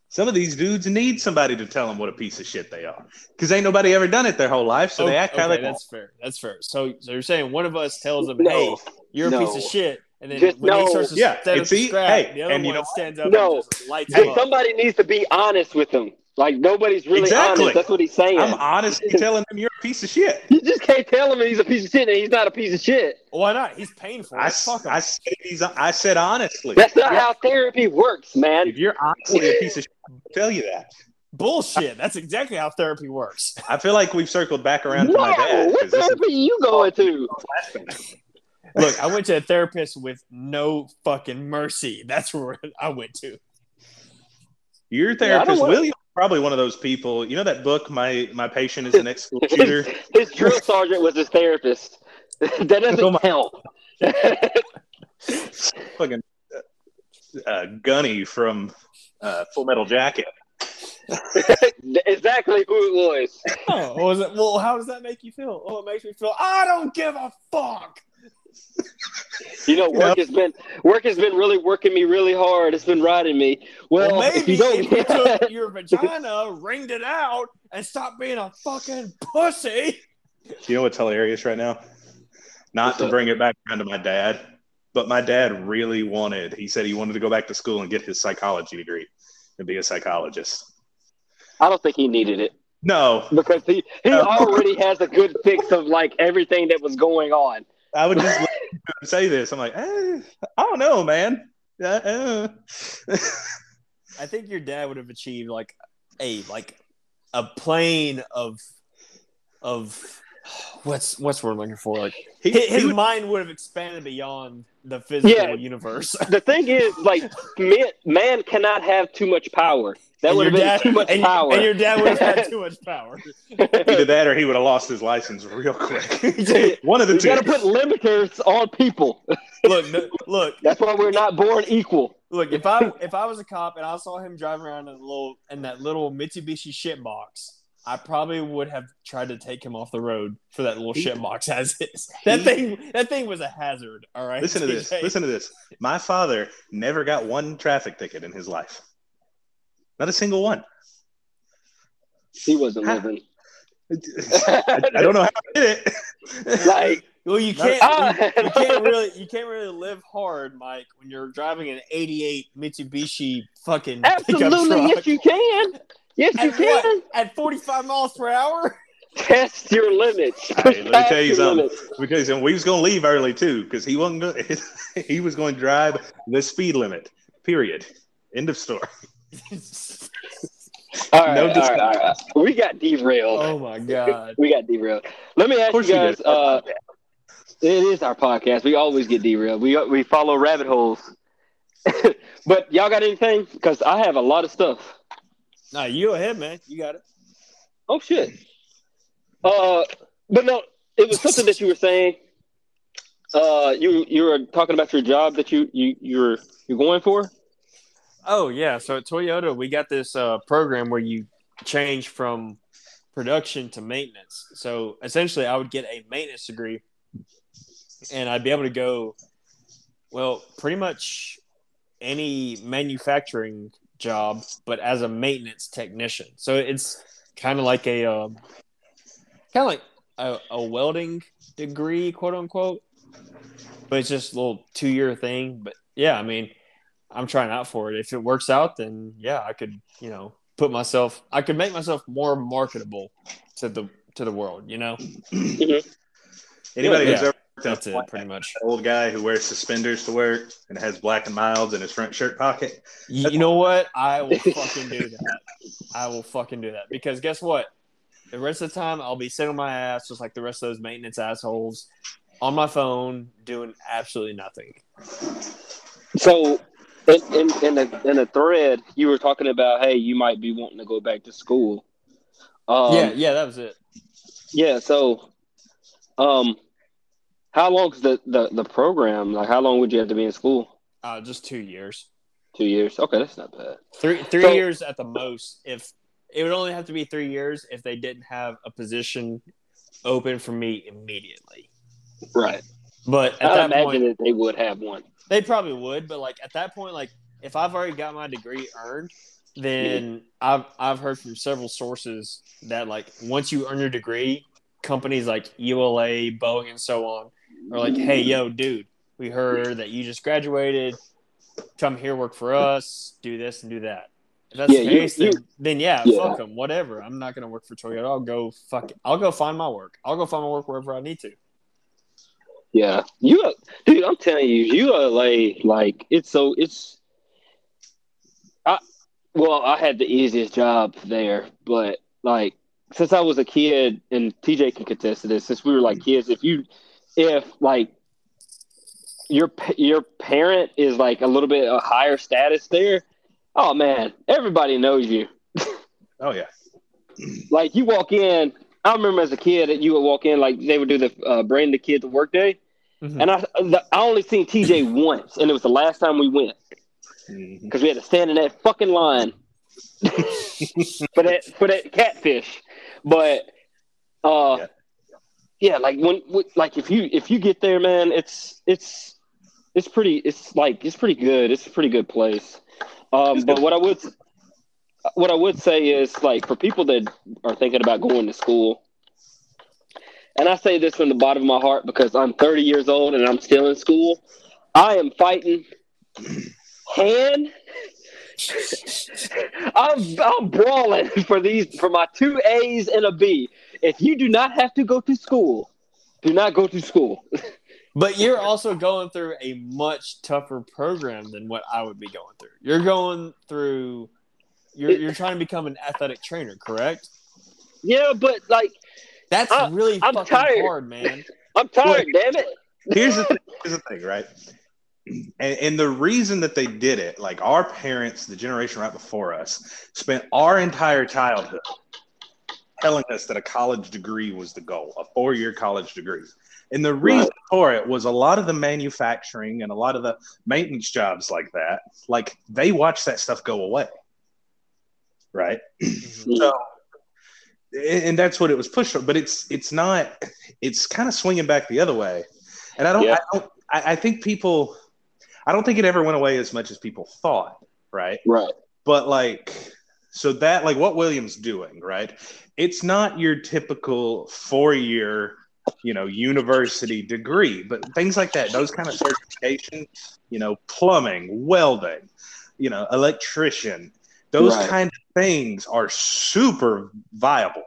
Some of these dudes need somebody to tell them what a piece of shit they are because ain't nobody ever done it their whole life, so they Okay, act how okay, they want. that's fair. That's fair. So, so you're saying one of us tells them, "Hey, No, you're a no. piece of shit," and then Just when he no. starts to Yeah, stand up it's to e- scrap, hey, the other and you one know what? stands up No. and just lights Hey, him up. somebody needs to be honest with him. Like nobody's really Exactly. honest. That's what he's saying. I'm honestly telling them you're a piece of shit. You just can't tell him he's a piece of shit and he's not a piece of shit. Why not? He's painful. I, Let's fuck him. I said these. I said honestly. That's not how therapy works, man. If you're honestly a piece of shit, I'll tell you that. Bullshit. That's exactly how therapy works. I feel like we've circled back around to No, my dad. 'cause what this is therapy you going to? Look, I went to a therapist with no fucking mercy. That's where I went to. your Yeah, I don't therapist, wanna- William, is probably one of those people. You know that book, my my patient is the next school shooter. His drill sergeant was his therapist. that doesn't Oh my- count. Fucking uh, uh, Gunny from uh, Full Metal Jacket. exactly who it was. Oh, was it? Well, how does that make you feel? Oh, it makes me feel I don't give a fuck. You know, work has been work has been really working me really hard. It's been riding me. Well, Well, if maybe you don't, if you took your vagina, ringed it out, and stopped being a fucking pussy. You know what's hilarious right now? Not What's to up? bring it back around to my dad, but my dad really wanted. He said he wanted to go back to school and get his psychology degree and be a psychologist. I don't think he needed it No, because he he Uh, No. already has a good fix of like everything that was going on. I would just listen to him say this. I'm like, eh, I don't know, man. Uh, uh. I think your dad would have achieved like a like a plane of of what's what's what I'm looking for like He- his, he would- mind would have expanded beyond the physical Yeah. universe. The thing is, like, man, man cannot have too much power. That And would have your been dad- too much and, power. And your dad would have had too much power. Either that or he would have lost his license real quick. Dude, One of the you two. got to put limiters on people. Look, no- look, That's why we're not born equal. look. If I if I was a cop and I saw him driving around in a little in that little Mitsubishi shit box, I probably would have tried to take him off the road for that little shit box as is. That thing, that thing was a hazard. All right. Listen to this. TJ? Listen to this. My father never got one traffic ticket in his life. Not a single one. He wasn't living. I, I don't know how I did it. like, Well, you can't. Ah. you, you can't really. You can't really live hard, Mike, when you're driving an '88 Mitsubishi fucking absolutely, pickup yes, truck. you can. Yes, you At what? can. At 45 miles per hour. Test your limits. Hey, let me Test tell you your something. limits. because and we was gonna leave early too, because he wasn't. Gonna, he was going to drive the speed limit. Period. End of story. All right, all No right, all right, all right. We got derailed. oh my god. We got derailed. Let me ask you course we guys. did. Uh, it is our podcast. We always get derailed. We we follow rabbit holes. but y'all got anything? Because I have a lot of stuff. Nah, you ahead, man. You got it. Oh shit. Uh, but no, it was something that you were saying. Uh, you you were talking about your job that you you you're you're going for. Oh yeah, so at Toyota we got this uh, program where you change from production to maintenance. So essentially, I would get a maintenance degree, and I'd be able to go, well, pretty much any manufacturing job, but as a maintenance technician. So it's kind of like a um, kind of like a, a welding degree, quote unquote, but it's just a little two year thing. But yeah, I mean. I'm trying out for it. If it works out, then yeah, I could, you know, put myself, I could make myself more marketable to the to the world. You know, Anybody who's Yeah, ever that's it, pretty much. old guy who wears suspenders to work and has black and milds in his front shirt pocket. You, you know what? I will fucking do that. I will fucking do that because guess what? The rest of the time, I'll be sitting on my ass just like the rest of those maintenance assholes on my phone doing absolutely nothing. So, in in in a, in a thread, you were talking about, hey, you might be wanting to go back to school. Um, yeah, yeah, that was it. yeah. So, um, how long's the, the the program? Like, how long would you have to be in school? Uh, just two years. Two years. Okay, that's not bad. Three three So- years at the most. If it would only have to be three years if they didn't have a position open for me immediately. Right. But at I that imagine point, that they would have one. they probably would. But like at that point, like if I've already got my degree earned, then I've I've heard from several sources that like once you earn your degree, companies like ULA, Boeing, and so on are like, hey, yo, dude, we heard that you just graduated. Come here, work for us, do this and do that. If that's Yeah, the you- case, you- then, then yeah, fuck 'em, Yeah. fuck them, whatever. I'm not gonna work for Toyota. I'll go fuck. It. I'll go find my work. I'll go find my work wherever I need to. Yeah, you, are- dude. I'm telling you, you are like, like it's so it's. I, well, I had the easiest job there, but like since I was a kid, and TJ can contest to this. Since we were like kids, if you, if like your pa- your parent is like a little bit a higher status there, oh man, everybody knows you. Oh yeah, Like you walk in, I remember as a kid that you would walk in like they would do the uh, bring the kid to work day. And I, the, I only seen TJ once, and it was the last time we went Mm-hmm. Mhm. because we had to stand in that fucking line for that for that catfish. But, uh, Yeah. yeah, like when when- like if you if you get there, man, it's it's it's pretty it's like it's pretty good. It's a pretty good place. Um, but what I would what I would say is like for people that are thinking about going to school, and I say this from the bottom of my heart because I'm 30 years old and I'm still in school. I am fighting hand. I'm I'm brawling for these for my two A's and a B. If you do not have to go to school, do not go to school. But you're also going through a much tougher program than what I would be going through. You're going through you're you're trying to become an athletic trainer, correct? Yeah, but like That's I- really I'm fucking tired. hard, man. I'm tired, damn it. here's the thing, here's the thing, right? And, and the reason that they did it, like our parents, the generation right before us, spent our entire childhood telling us that a college degree was the goal, a four-year college degree. And the reason for it was a lot of the manufacturing and a lot of the maintenance jobs like that, like they watched that stuff go away. Right? So and and that's what it was pushed for. But it's it's not it's kind of swinging back the other way. And I don't Yeah. I don't I, I think people I don't think it ever went away as much as people thought, right? Right. But like so that like what Williams doing, right? It's not your typical four year you know, university degree, but things like that, those kind of certifications, you know, plumbing, welding, you know, electrician, those Right. kind of things are super viable.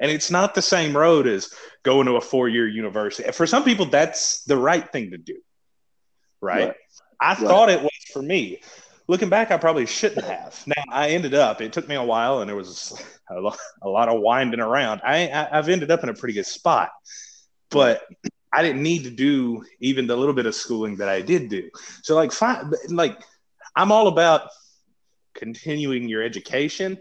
And it's not the same road as going to a four year university. For some people, that's the right thing to do. Right. Right. I Right. thought it was for me. Looking back, I probably shouldn't have. Now, I ended up, it took me a while and there was a lot, a lot of winding around. I, I, I've ended up in a pretty good spot, but I didn't need to do even the little bit of schooling that I did do. So, like, fine, but, like I'm all about continuing your education,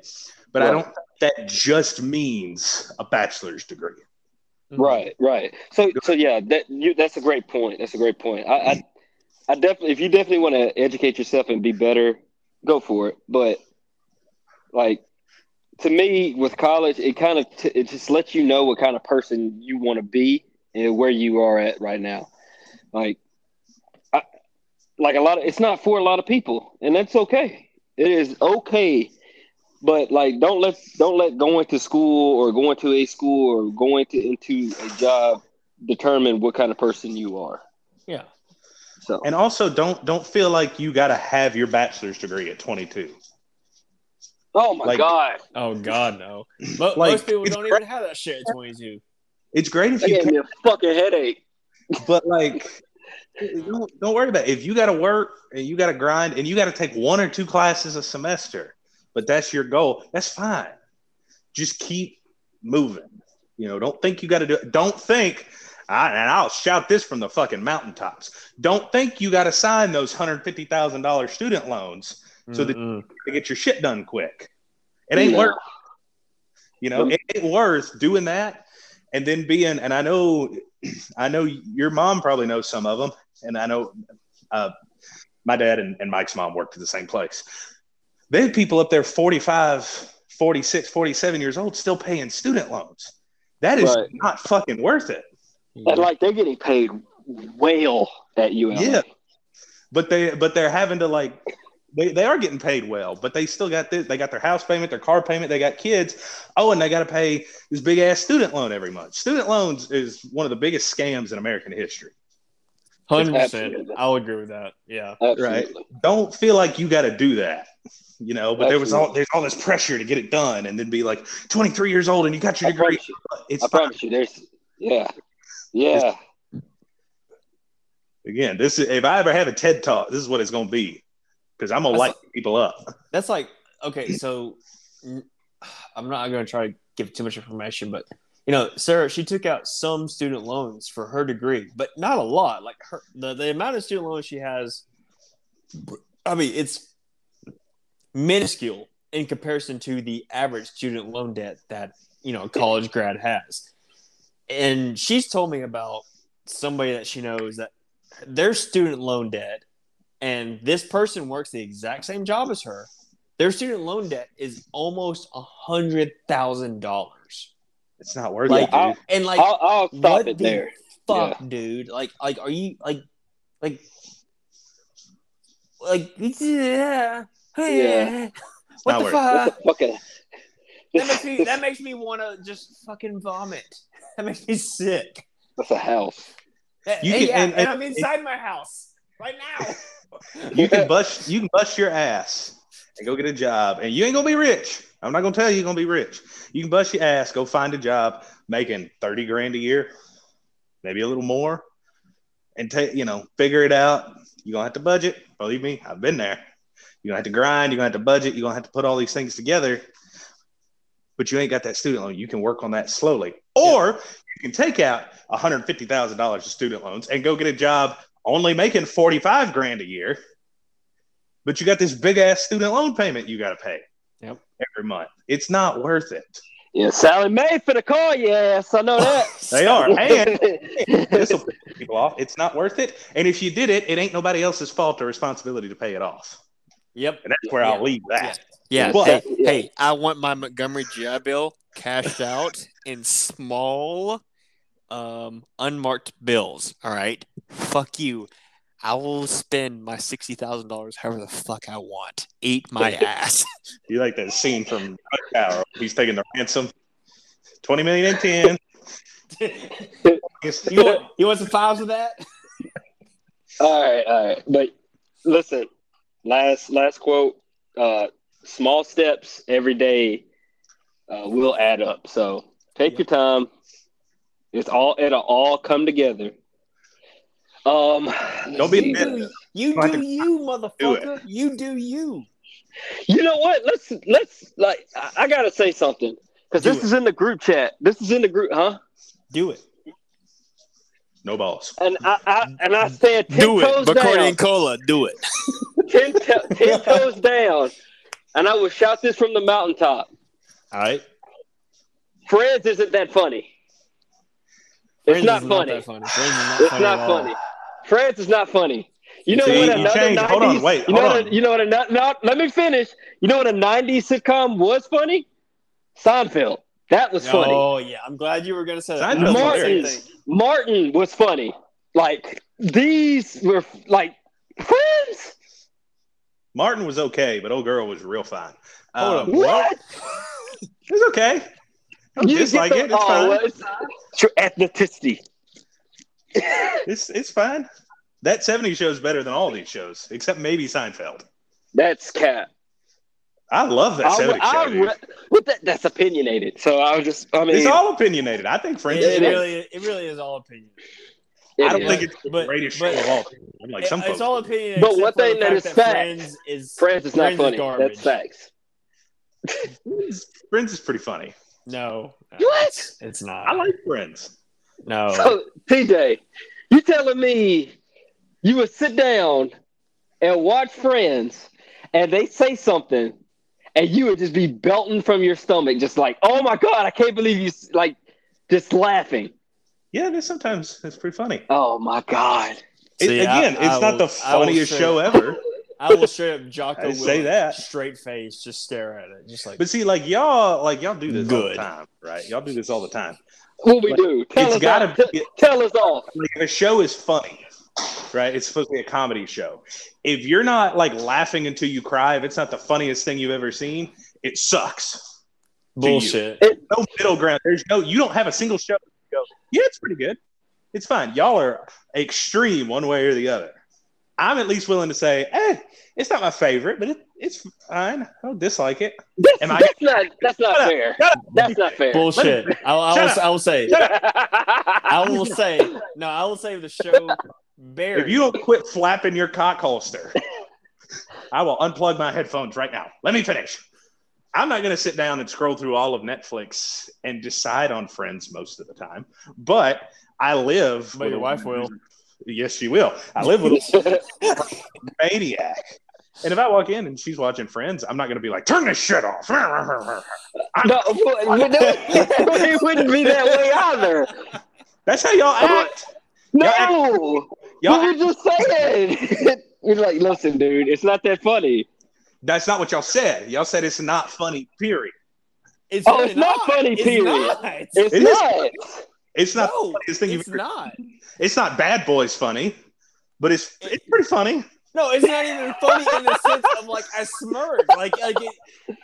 but I Right. don't think that just means a bachelor's degree. Mm-hmm. Right, right. So, so yeah, that you, that's a great point. That's a great point. I, I, I definitely, if you definitely want to educate yourself and be better, go for it. But like to me, with college, it kind of t- it just lets you know what kind of person you want to be and where you are at right now. Like, I, like a lot of it's not for a lot of people, and that's okay. It is okay, but like don't let don't let going to school or going to a school or going to into a job determine what kind of person you are. Yeah. So And also, don't don't feel like you got to have your bachelor's degree at 22. oh my like- god, Oh God, no. Mo- Like, most people it's don't even have that shit at 22. It's great if that you gave can, me a fucking headache. but like, don't, don't worry about it. If you got to work and you got to grind and you got to take one or two classes a semester, but that's your goal, that's fine. Just keep moving. You know, don't think you got to do. Don't think. I, and I'll shout this from the fucking mountaintops. Don't think you got to sign those hundred fifty thousand dollars student loans So the- Mm-mm. to get your shit done quick. It ain't worth you know, it ain't worth doing that and then being. And I know, I know your mom probably knows some of them, and I know uh, my dad and, and Mike's mom worked at the same place. They have people up there 45, 46, 47 years old still paying student loans. That is Right. not fucking worth it. And like they're getting paid whale at UL. Yeah. But they but they're having to like they, they are getting paid well, but they still got this they got their house payment, their car payment, they got kids. Oh, and they gotta pay this big ass student loan every month. Student loans is one of the biggest scams in American history. 100%. Absolutely. I'll agree with that. Yeah. Absolutely. Don't feel like you gotta do that. You know, but there was all there's all this pressure to get it done and then be like 23 years old and you got your I degree. promise you. It's I promise you. There's yeah, yeah. again, this is if I ever have a TED talk, this is what it's gonna be. Because I'm gonna That's- light people up. That's like, okay, so n- I'm not going to try to give too much information, but, you know, Sarah, she took out some student loans for her degree, but not a lot. Like, her, the, the amount of student loans she has, I mean, it's minuscule in comparison to the average student loan debt that, you know, a college grad has. And she's told me about somebody that she knows that their student loan debt and this person works the exact same job as her, their student loan debt is almost a hundred thousand dollars. It's not worth Like, it, dude. I'll- And like, I'll, I'll stop what it the there. fuck, dude? Like, like, are you like, like, like, yeah, Yeah. What Not the worth it. fuck? Fucking. That makes me. That makes me want to just fucking vomit. That makes me sick. That's a house. You can- yeah, and- and, and- I'm inside my house right now. You can bust you can bust your ass and go get a job, and you ain't gonna be rich. I'm not gonna tell you you're gonna be rich. You can bust your ass, go find a job making thirty grand a year, maybe a little more, and take you know figure it out. You're gonna have to budget. Believe me, I've been there. You're gonna have to grind. You're gonna have to budget. You're gonna have to put all these things together. But you ain't got that student loan. You can work on that slowly, or you can take out hundred fifty thousand dollars of student loans and go get a job only making forty five grand a year but you got this big ass student loan payment you got to pay Yep. every month. It's not worth it. Yeah, Sally Mae for the call. Yes, I know that. They are. and this will piss people off. It's not worth it. And if you did it, it ain't nobody else's fault or responsibility to pay it off. Yep. And that's where Yeah. I'll leave that. Yeah. Well, hey, yeah. hey, I want my Montgomery GI Bill cashed out in small, um, unmarked bills. All right. Fuck you. I will spend my sixty thousand dollars however the fuck I want. Eat my ass. You like that scene from Rush Hour? He's taking the ransom, twenty million and ten. You want, you want some files with that? All right, all right. But listen, last last quote. Uh, small steps every day uh, will add up. So take your time. It's all it'll all come together. Um, Don't be you mad. do, you, Fucking do you, do motherfucker. You do you. you know what? Let's let's like I, I gotta say something because Do this it. is in the group chat. This is in the group, huh? Do it. No balls. And I, I and I said ten do it, toes Bacardi down. and cola. Do it. ten, to- ten toes down, and I will shout this from the mountaintop. All right. Friends isn't that funny. It's Friends not is funny. that funny. Friends is not It's funny. not at all. funny. Friends is not funny. You know See, what? you Another changed. 90s, Hold on, wait, You know hold what? on. You know what? Not, not, let me finish. You know what? A '90s sitcom was funny. Seinfeld. That was funny. Oh yeah, I'm glad you were gonna say that. Seinfeld's I was Martin. gonna say the same thing. Martin was funny. Like these were like friends. Martin was okay, but old girl was real fine. Hold Um, up. Martin- What? It's okay. I don't You dislike get it. the- It's fine. oh, well, it's it's your ethnicity. It's it's fine. That 70 show is better than all these shows, except maybe Seinfeld. That's cat. I love that I, 70 I, show. dude. re- but that, that's opinionated. So I was just. I mean, it's all opinionated. I think Friends. It, it is- really, it really is all opinion. it I don't is. think it's the But- greatest but- show of all. time. I'm like It- some it's folks. all opinion. But except one for thing the that fact is fact. Friends is Friends Friends is not is funny. garbage. That's facts. Friends is pretty funny. no, no, What? It's, it's not. I like Friends. no. Oh. So, TJ, you telling me you would sit down and watch Friends, and they say something, and you would just be belting from your stomach, just like, "Oh my god, I can't believe you!" s- Like, just laughing. Yeah, there's sometimes it's pretty funny. Oh my god. It- See, I- again, I it's not will- the I will funniest say- show ever. I will straight up Jocko I Willink, didn't say that. straight face, just stare at it, just like But see, like y'all, like y'all do this all the Good. time, right? Y'all do this all the time. What we do? Tell it's us gotta all. T- be- tell us all. Like if a show is funny, right? It's supposed to be a comedy show. If you're not like laughing until you cry, if it's not the funniest thing you've ever seen, it sucks. bullshit. No middle ground. There's no. You don't have a single show. that you go, yeah, it's pretty good. It's fine. Y'all are extreme one way or the other. I'm at least willing to say, eh, it's not my favorite, but it, it's fine. I don't dislike it. That's, Am I- that's not. That's not Shut up. fair. Shut up. That's not fair. Bullshit. I, I, Shut will, I will say. I I will say. No, I will say the show. Barry. If you don't quit flapping your cock holster, I will unplug my headphones right now. Let me finish. I'm not going to sit down and scroll through all of Netflix and decide on friends most of the time, but I live. But with your a wife woman will. who's- Yes, she will. I live with a maniac. And if I walk in and she's watching Friends, I'm not going to be like, turn this shit off. no, but- but no, it wouldn't be that way either. That's how y'all act. No. Y'all we were just saying. We're like, listen, dude, it's not that funny. That's not what y'all said. Y'all said it's not funny, period. It's Oh, really it's not funny, It's period. not. It's It is not. It's not no, funniest thing you've it's ever- not. It's not Bad Boys funny, but it's it's pretty funny. No, it's not even funny in the sense of like I smirk. Like like it,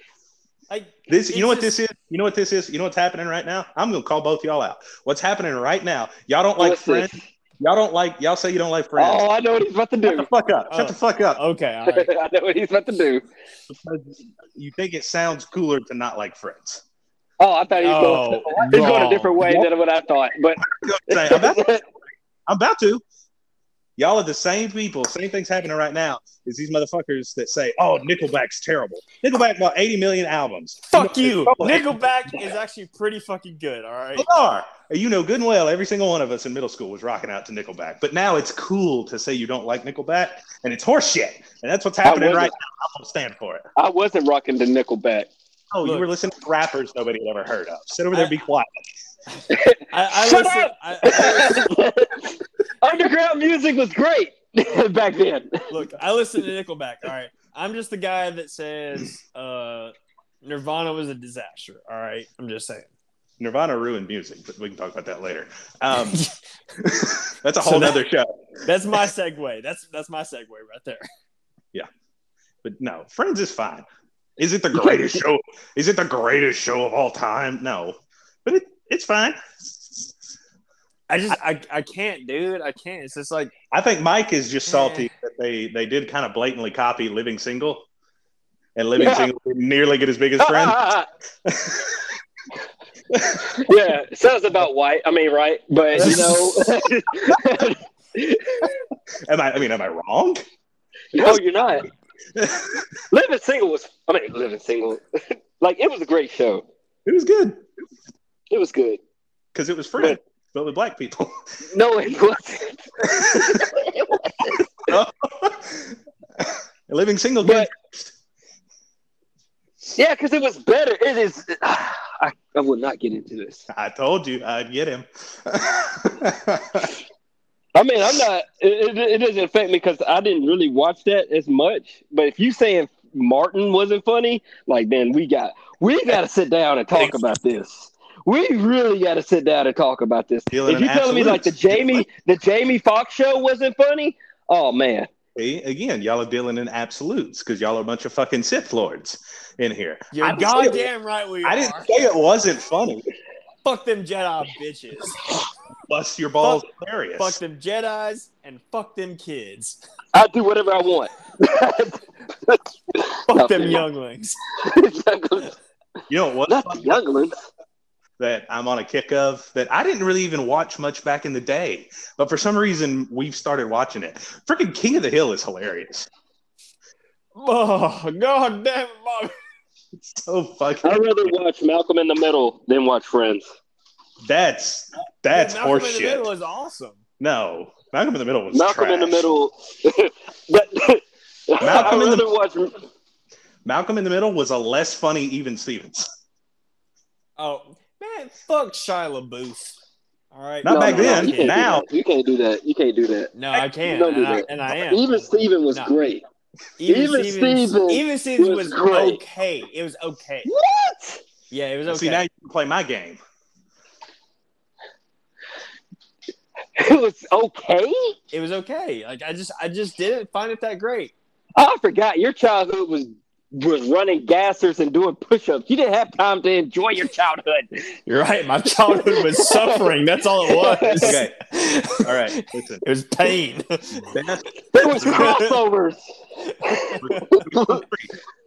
like This you know what It's this is? You know what this is? You know what's happening right now? I'm gonna call both y'all out. What's happening right now? Y'all don't like Listen. friends. Y'all don't like y'all say you don't like friends. Oh, I know what he's about to Shut the do. fuck up. oh, Shut the fuck up. okay. All I right. know what he's about to do. You think it sounds cooler to not like friends. Oh, I thought he was going. No, He's going a wrong. different way than what I thought. But You know what I'm, saying? I'm, about, I'm about to. Y'all are the same people. Same thing's happening right now. Is these motherfuckers that say, "Oh, Nickelback's terrible." Nickelback bought 80 million albums. Fuck you. Trouble. Nickelback is actually pretty fucking good. All right. They are. You know good and well every single one of us in middle school was rocking out to Nickelback. But now it's cool to say you don't like Nickelback, and it's horseshit. And that's what's happening wasn't. right now. I'm gonna stand for it. I wasn't rocking the Nickelback. Oh, you Look. were listening to rappers nobody had ever heard of. Sit over there, I- and be quiet. I, I Shut listen. up! I, I, Underground music was great back then. look, I listen to Nickelback. All right. I'm just the guy that says uh, Nirvana was a disaster. All right. I'm just saying. Nirvana ruined music, but we can talk about that later. Um, that's a whole So that- other show. That's my segue. That's that's my segue right there. But no, Friends is fine. Is it the greatest show? Is it the greatest show of all time? No, but it, it's fine. I just I, I can't, dude. I can't. It's just like I think Mike is just salty that they they did kind of blatantly copy Living Single, and Living Yeah. Single didn't nearly get as big as Friends. yeah, sounds about white. I mean, right? But you know, am I? I mean, am I wrong? no, you're not. Living Single was, I mean, Living Single, like it was a great show. It was good It was good. because it was Friends, but with black people. No, it wasn't. Living Single, But- did Yeah, because it was better. It is. I, I will not get into this. I told you I'd get him. I mean, I'm not. It, it, it doesn't affect me because I didn't really watch that as much. But if you saying Martin wasn't funny, like then we got we got to sit down and talk about this. We really got to sit down and talk about this. Dealing if you're in telling me like the absolutes. Jamie the Jamie Foxx show wasn't funny, oh man, See, again, y'all are dealing in absolutes because y'all are a bunch of fucking Sith lords in here. You're I didn't say it- goddamn right we I are. didn't say it wasn't funny. Fuck them Jedi bitches. Bust your balls, hilarious. fuck them Jedi's and fuck them kids. I do whatever I want. Fuck them Nothing. younglings. You know what? Not the younglings. that I'm on a kick of that I didn't really even watch much back in the day, but for some reason we've started watching it. Freaking King of the Hill is hilarious. Oh god damn it, Bobby. It's so fucking I'd rather watch Malcolm in the Middle than watch Friends. that's that's Malcolm in the horseshit. Middle was awesome. no, Malcolm in the Middle was Malcolm in the trash. Middle. but Malcolm I'd in the- rather watch Malcolm in the Middle was a less funny even Stevens. Oh man, fuck Shia LaBeouf. All right, Not back then. you can't do Now- that. you can't do that. You can't do that. No, I can, Don't do and I, that. and I am. Even Steven was No. great. even Steven even Stevens was was, great. okay. It was okay. What? Yeah, it was okay. See now you can play my game. It was okay. it was okay. Like I just, I just didn't find it that great. I forgot your childhood was was running gassers and doing push-ups. You didn't have time to enjoy your childhood. You're right. My childhood was suffering. That's all it was. Okay. it All right. Listen. was pain. Best There was crossovers.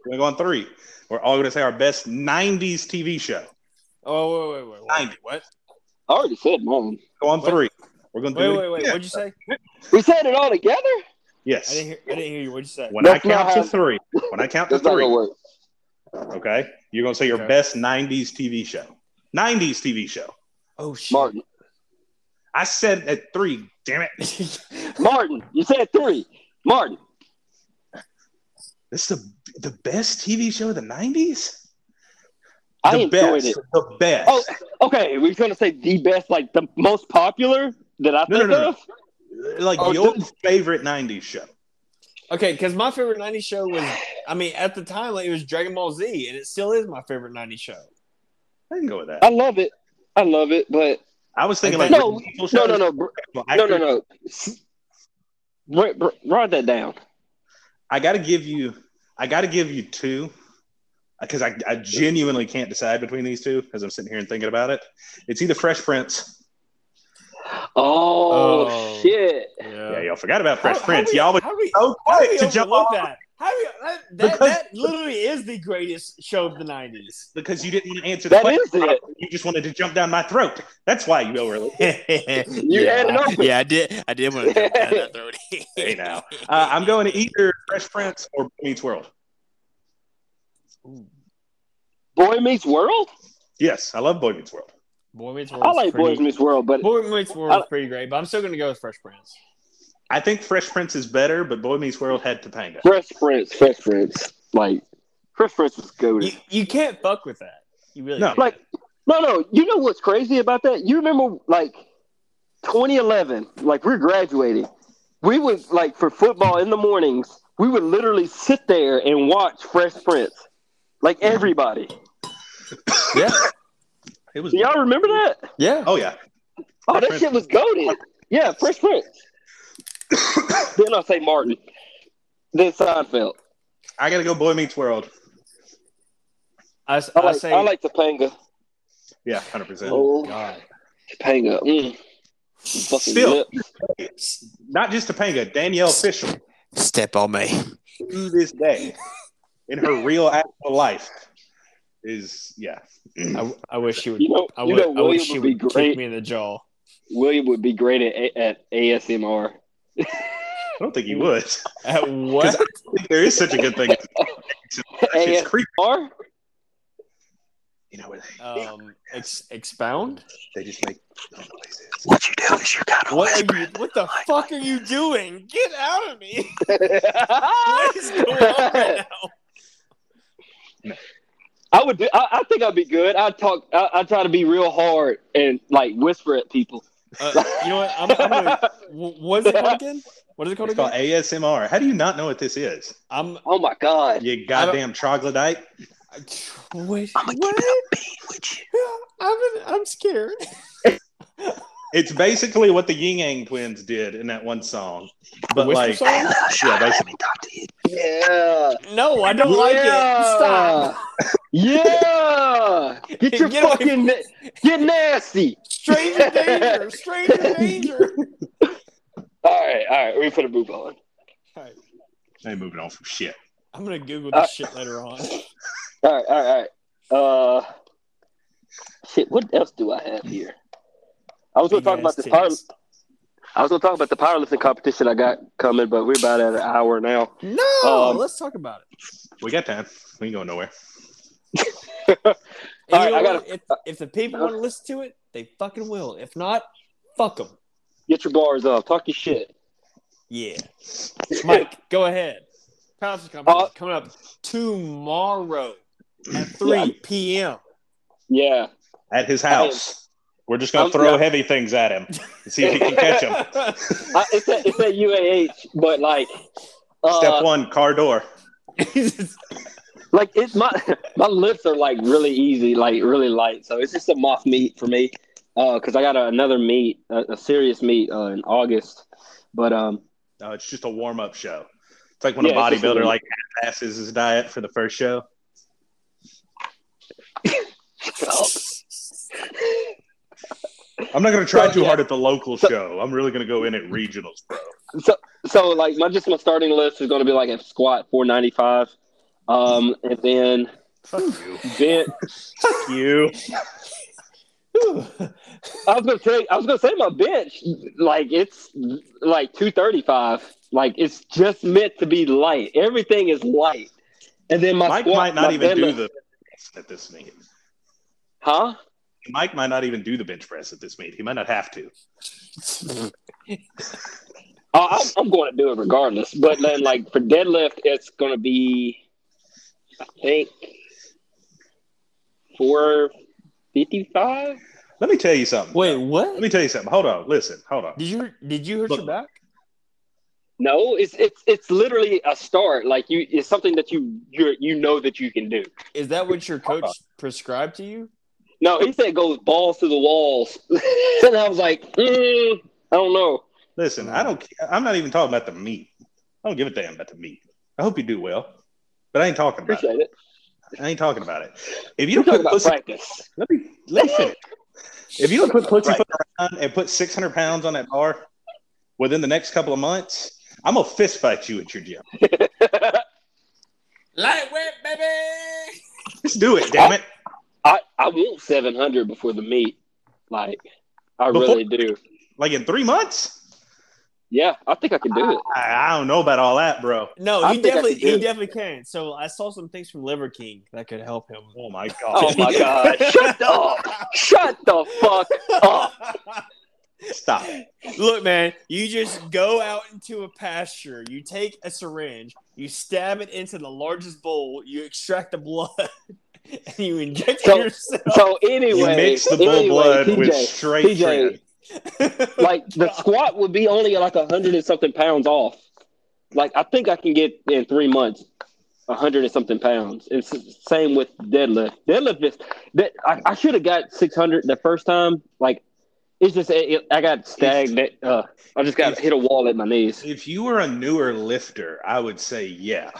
we're going three. We're all gonna say our best nineties TV show. Oh wait, wait, wait, wait. Ninety. What? I already said mine. Go on What? three. We're gonna Wait, do it wait, wait. again. What'd you say? We said it all together. I Yes. didn't hear. I didn't hear you. What'd you say? When I That's count not to how- three, when I count to That's not three, gonna work. Okay. You're going to say your Okay. best 90s TV show. 90s TV show. Oh shit. Martin. I said at three, damn it. Martin, you said three. Martin. This is the, the best TV show of the 90s? The I enjoyed best. it. The best. Oh, okay. We're gonna say the best, like the most popular that I No, think no, no, of. like oh, your favorite 90s show. Okay, because my favorite '90s show was, I mean, at the time, like, it was Dragon Ball Z, and it still is my favorite '90s show. I can go with that. I love it. I love it, but I was thinking like No, Rick People no, shows, no, no. br- but no, no, actually, no. S- Br- br- write that down. I got to give you, I got to give you two because I, I genuinely can't decide between these two as I'm sitting here and thinking about it. It's either Fresh Prince. Oh, Oh. shit! Yeah, y'all forgot about Fresh How- how Prince. we- y'all were how we, so how we quick to jump overlook off that? How we, that, that, Because- that literally is the greatest show of the '90s. because you didn't want to answer the That question. is it. You just wanted to jump down my throat. That's why you overlooked. You had it open. Yeah, I did. I did want to jump down that throat. Hey, now. Uh, I'm going to either Fresh Prince or Boy Meets World. Boy Meets World. Yes, I love Boy Meets World. Boy Meets World. I like Boy Meets World, but Boy Meets World is pretty great, but I'm still gonna go with Fresh Prince. I think Fresh Prince is better, but Boy Meets World had Topanga. Fresh Prince, Fresh Prince, like Fresh Prince is You, goaded. you can't fuck with that. You really No. can't. Like, no, no. You know what's crazy about that? You remember like 2011? Like we're graduating. We would like for football in the mornings. We would literally sit there and watch Fresh Prince, like everybody. yeah, It was. Do y'all remember that? yeah. Oh yeah. Oh, that shit was goaded. Yeah, Fresh Prince. then I'll say Martin. Then Seinfeld. I gotta go. Boy Meets World. I, s- I I like, say, I like Topanga. Yeah, hundred percent. Oh, God. Topanga. Mm. Fucking Still. lip. Not just Topanga. Danielle Fisher Step on me. to this day, in her real actual life, is yeah. I, I wish she would. You know, I you would. know I wish William she would be would great. kick me in the jaw. William would be great at, A- at ASMR. I don't think you would. At what? There is such a good thing. It's ASMR? creepy. You know what they, um, ex- expound. they just make little noises. What you do is you got Oh What are you? What the fuck are you doing? Get out of me! What is going on right now? I would do. I, I think I'd be good. I'd talk. I, I'd try to be real hard and like whisper at people. Uh, you know what? I'm, I'm gonna, wh- what is it called again? What is it called It's again? called ASMR. How do you not know what this is? I'm oh my god. You goddamn troglodyte. wait. I'ma keep what? I'm I'm scared. It's basically what the Yin Yang Twins did in that one song. But Whisper like, song? yeah, basically. Yeah. No, I don't like it. Stop. Yeah. Get your Get away fucking na- get nasty. Stranger danger. Stranger danger. All right, all right. We're gonna move on. They ain't moving on from shit. I'm gonna Google this shit later on. All right, all right, all right. Uh, shit. What else do I have here? I was gonna talk about this power. Big-ass I was gonna talk about the powerlifting competition I got coming, but we're about at an hour now. titties. No, Um, let's talk about it. We got time. We ain't going nowhere. And all you right, know I what? if, if the people want to listen to it, they fucking will. If not, fuck them. Get your bars up. Talk your shit. Yeah. Mike, go ahead. Pounds competition coming up tomorrow at 3 p.m. Yeah. At his house. We're just gonna I'm- throw um, yeah. heavy things at him. and See if he can catch him. I, it's at it's at UAH, but like, uh, Step one, car door. like it's my my lifts are like really easy, like really light. So it's just a moth meet for me, because I got a, another meet, a, a serious meet uh, in August. But um, No, Uh, it's just a warm up show. It's like when a Yeah, it's just a bodybuilder warm- like passes his diet for the first show. I'm not gonna try So, too yeah. hard at the local show. I'm really gonna go in at regionals. so like my just my starting list is going to be like a squat four ninety five, um, and then bench. You I was gonna say I was gonna say my bench, like it's like two thirty five. Like it's just meant to be light. Everything is light. And then my Mike squat, might not my even do deadlift- the at this meet. huh? Mike might not even do the bench press at this meet. He might not have to. Uh, I'm, I'm going to do it regardless. But then, like for deadlift, it's going to be, I think, four fifty-five. Let me tell you something. Wait, Let what? me tell you something. Hold on. Listen. Hold on. Did you did you hurt Look. your back? No, it's it's it's literally a start. Like you, it's something that you you you know that you can do. Is that what your coach prescribed to you? No, he said it goes balls to the walls, and I was like, mm, I don't know. Listen. I don't. care. I'm not even talking about the meat. I don't give a damn about the meat. I hope you do well, but I ain't talking about it. Appreciate it. I ain't talking about it. If you You're don't talking put about pussy, practice. let me let me finish. If you don't put pussy Right. around and put 600 pounds on that bar within the next couple of months, I'm gonna fist fight you at your gym. Lightweight, baby. Just do it, damn it. I I want seven hundred before the meet. Like I Before- really do. Like in three months. Yeah, I think I can do it. I, I don't know about all that, bro. No, I he think I definitely could do he it. definitely can. So I saw some things from Liver King that could help him. Oh my god. Oh my god! Shut up! Shut the fuck up! Stop. Look, man, you just go out into a pasture. You take a syringe, you stab it into the largest bowl, you extract the blood, and you inject So- it yourself. So anyway, you mix the bull anyway, blood TJ, with straight TJ. shrimp. like the squat would be only like a hundred and something pounds off. Like I think I can get in three months a hundred and something pounds. And s- same with deadlift. Deadlift is that I, I should have got six hundred the first time. Like it's just it, it- I got stagnant. Uh, I just got hit a wall at my knees. If you were a newer lifter, I would say yeah.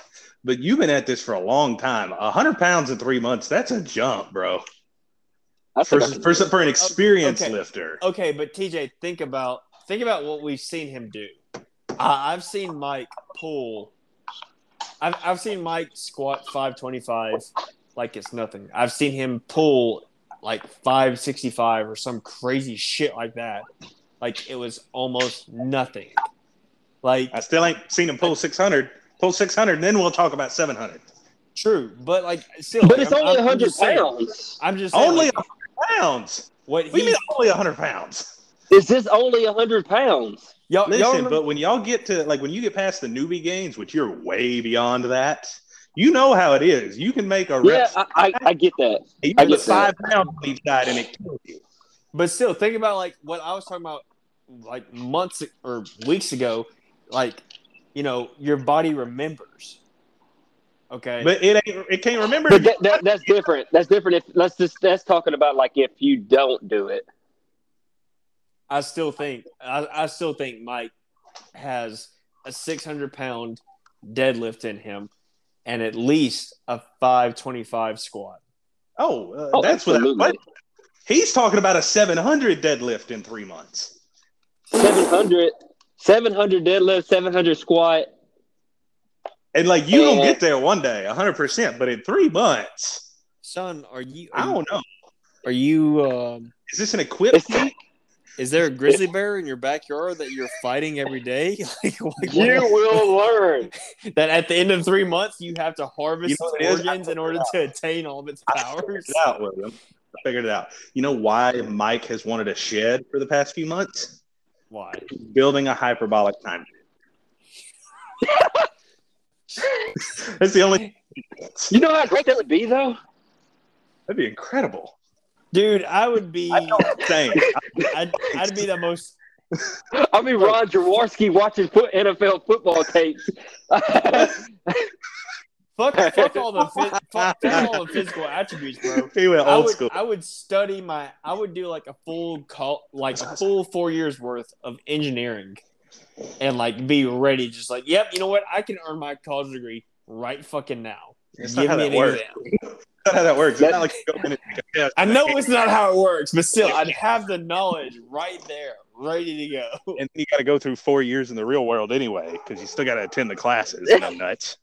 But you've been at this for a long time. hundred pounds in three months—that's a jump, bro. I For, think I can for, for an experienced Okay. lifter, okay, but TJ, think about think about what we've seen him do. I I've seen Mike pull. I've I've seen Mike squat five twenty five like it's nothing. I've seen him pull like five sixty five or some crazy shit like that. Like it was almost nothing. Like I still ain't seen him pull six hundred. Pull six hundred, then we'll talk about seven hundred. true, but like still, but it's I'm- only I'm- I'm hundred just saying- pounds. I'm just saying, Only like, hundred pounds. what What do you he mean only hundred pounds? Is this only hundred pounds? y'all, y'all Listen, remember- but when y'all get to like when you get past the newbie gains, which you're way beyond that, you know how it is. You can make a Yeah, rep I, I, I get that. You I put get that. five pounds on each side and it kills you. But still, think about like what I was talking about like months or weeks ago. Like, you know, your body remembers. Okay. But it ain't. It can't remember. But that, that, that's different. That's different. If let's just that's talking about like if you don't do it. I still think I, I still think Mike has a 600 pound deadlift in him and at least a 525 squat. oh, uh, Oh, that's what. absolutely. But he's talking about a 700 deadlift in three months. 700, 700 deadlift, 700 squat. And like you gonna Yeah. get there one day, 100. percent But in three months, Son, are you? Are I you, don't know. Are you? Um, Is this an It's, equipment? is there a grizzly bear in your backyard that you're fighting every day? Like, like you will learn. That at the end of three months, you have to harvest You know what it is? its organs in order to attain all of its I figured powers. it out, William. I figured it out. You know why Mike has wanted a shed for the past few months? Why? Building a hyperbolic time. That's the only. You know how great that would be, though. That'd be incredible. Dude, I would be Dang. I'd, I'd be the most I mean, Ron Jaworski watching foot NFL football tapes. fuck, fuck all the phys- fuck, fuck all the physical attributes, bro. he went I old would, school. I would study my I would do like a full call like a full four years worth of engineering and like be ready just like yep you know what I can earn my college degree right fucking now That's not how that works. exam. That's not how that works. It's not like you go in and yeah, I know it's not how it works but still I'd have the knowledge right there ready to go and then you got to go through four years in the real world anyway because you still got to attend the classes. And I'm nuts.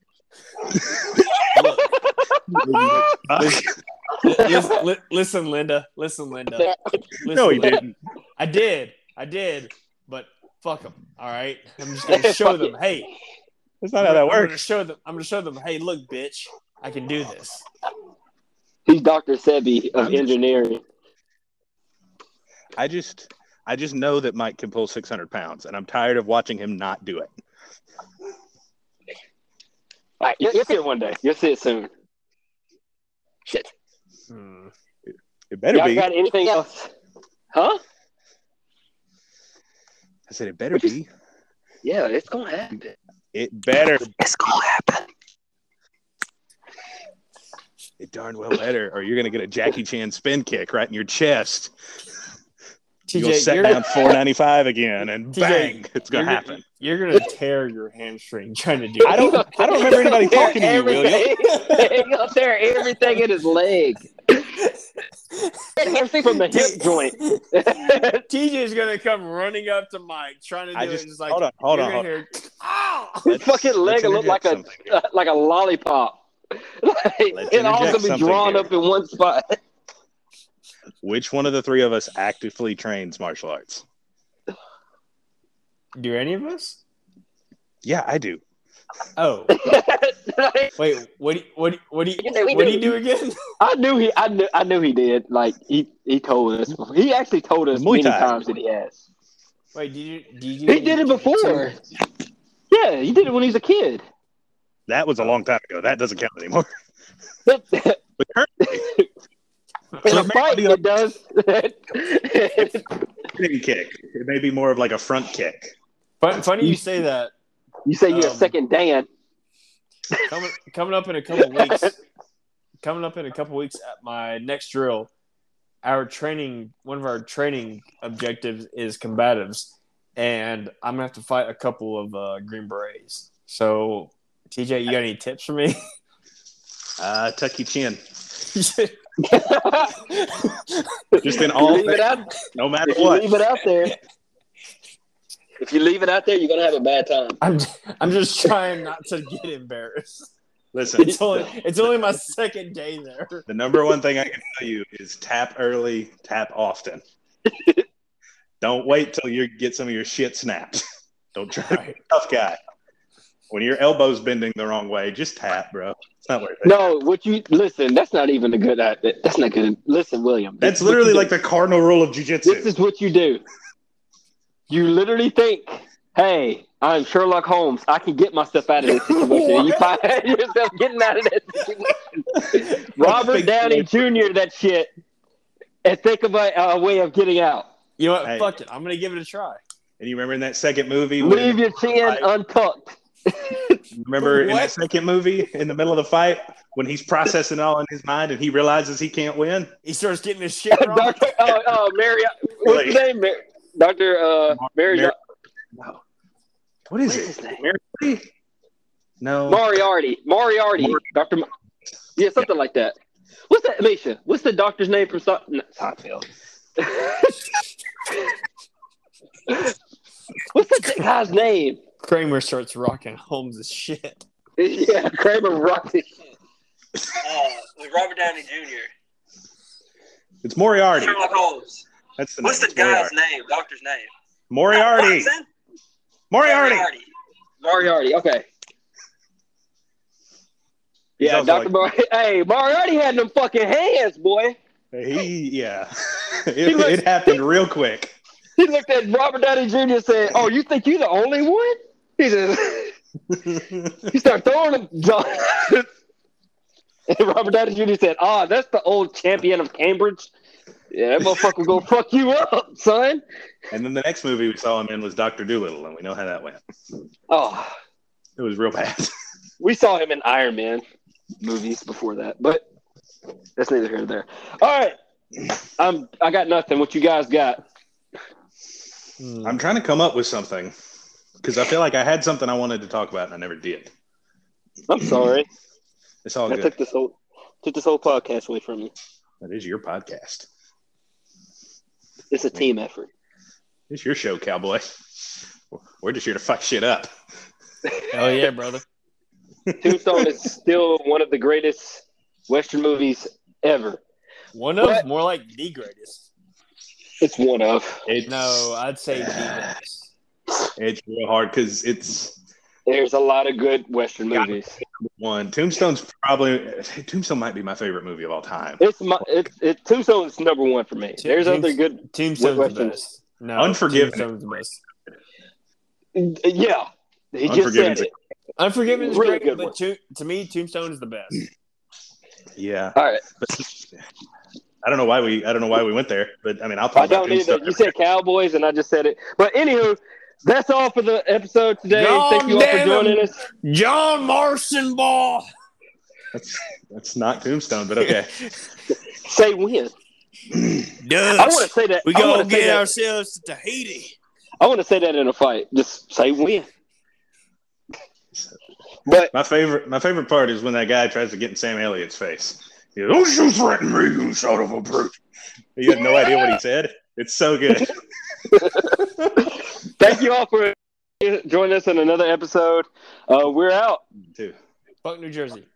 listen, li- listen Linda listen Linda listen, no, he Linda. didn't. I did I did but fuck them all right I'm just gonna show them hey That's not how that I'm works. gonna show them. I'm gonna show them. Hey, look, bitch, I can do this. He's Dr. Sebi of engineering. I just, I just know that Mike can pull 600 pounds, and I'm tired of watching him not do it. All right, you'll, you'll see it one day. You'll see it soon. Shit. Hmm. It better Y'all be. got anything else? Huh? I said it better be. Yeah, it's gonna happen. It better. It's gonna happen. It darn well better, or you're gonna get a Jackie Chan spin kick right in your chest. You'll TJ, set you're, down 495 again, and TJ, bang, it's gonna you're- happen. you're gonna tear your hamstring trying to do. I don't. I don't remember anybody talking to you, William. everything, he'll tear everything in his leg. Everything from the hip joint. it. TJ's gonna come running up to Mike trying to do I it. just- Just like, Hold on. Hold you're on. gonna Hold on. hear- His fucking leg let's will look like a interject something. like a lollipop. Like, it all gonna interject be something drawn here. up in one spot. Which one of the three of us actively trains martial arts? Do any of us? Yeah, I do. Oh, wait. What? Do you, what? Do you, what do Yeah, we you? What do do. you do again? I knew he. I knew. I knew he did. Like he. He told us. He actually told us Muay many Thai. times that he has. Wait, did you? Did you? He did it before. Yeah, he did it when he was a kid. That was a long time ago. That doesn't count anymore. In But currently, a fight, it does. spin kick. It may be more of like a front kick. Fun, funny you say that. you say Uh, you're a Um, second Dan. coming coming up in a couple weeks. Coming up in a couple weeks at my next drill, our training one of our training objectives is combatives, and I'm gonna have to fight a couple of uh, green berets. So, TJ, you got any tips for me? Uh, tuck your chin. Dude, Just in You all, leave it out. no matter If you what. leave it out there, if you leave it out there, you're gonna have a bad time. I'm I'm just trying not to get embarrassed. Listen, It's only it's only my second day there. the number one thing I can tell you is tap early, tap often. Don't wait till you get some of your shit snapped. Don't try to be a tough guy. When your elbow's bending the wrong way, just tap, bro. It's not worth it. No, what you listen? That's not even a good. uh, That's not good. Listen, William. That's this- literally like the cardinal rule of jujitsu. This is what you do. You literally think, "Hey, I'm Sherlock Holmes. I can get myself out of this situation." and you find yourself getting out of that situation. Robert Downey Jr. That shit. and think of a, a way of getting out. You know what? Hey. Fuck it. I'm gonna give it a try. And you remember in that second movie? Leave your chin Right. untucked. Remember in What? that second movie, in the middle of the fight, when he's processing it all in his mind and he realizes he can't win? He starts getting his shit wrong. Doctor, uh, uh, Mary, what's his name? Mar- Doctor uh, Mary, Mar- no, What what is is his it? name? Mary? No. Moriarty, Moriarty, Doctor. Ma- yeah, something like that. What's that, Misha? What's the doctor's name from Sa- no, Seinfeld? what's the guy's name? Kramer starts rocking Holmes' shit. Yeah, Kramer rocked it. Uh, with Robert Downey Jr. It's Moriarty. Sherlock Holmes. That's the What's name. the It's guy's name? Doctor's name? Moriarty. Watson? Moriarty. Moriarty. Moriarty. Okay. Yeah, Sounds Doctor. Moriarty. hey, Moriarty had them fucking hands, boy. He, yeah. He it, was- it happened real quick. He looked at Robert Downey Jr. and said, "Oh, you think you the only one?" He said, "He started throwing him." and Robert Downey Jr. said, "Ah, that's the old champion of Cambridge. Yeah, that motherfucker go fuck you up, son." And then the next movie we saw him in was Doctor Doolittle, and we know how that went. Oh, It was real bad. we saw him in Iron Man movies before that, but that's neither here nor there. All right, I'm. I got nothing. What you guys got? Hmm. I'm trying to come up with something because I feel like I had something I wanted to talk about and I never did. I'm sorry. It's all I good. took this whole took this whole podcast away from you. That is your podcast. It's a team effort. It's your show, cowboy. We're just here to fuck shit up. Hell yeah, brother. Tombstone is still one of the greatest Western movies ever. One of What? more like the greatest. It's one of. It's, No, I'd say the greatest. it's real hard because it's There's a lot of good Western movies. one. Tombstone's probably Tombstone might be my favorite movie of all time. It's my it, it, Tombstone is number one for me. There's other good. Tombstone's the Western? best. No, Unforgiven. Tombstone's the best. Yeah, he just said Unforgiven's it. Unforgiven is Really great, good but one. to, to me, Tombstone is the best. Yeah, All right, but I don't know why we I don't know why we went there, but I mean I'll talk I don't about need Tombstone. that. You said Cowboys, and I just said it. But anywho, that's all for the episode today. God Thank you all for damn it. joining us. John Marston Ball. That's, that's not Tombstone, but okay. Say when. I want to Does say that. we I gonna want to say get that. ourselves to Tahiti? I want to say that in a fight. Just say when. But My favorite, my favorite part is when that guy tries to get in Sam Elliott's face. He goes, Don't you threaten me, you son of a brute! He had no idea what he said. It's so good. Thank you all for joining us in another episode. Uh, we're out. Too. Fuck New Jersey.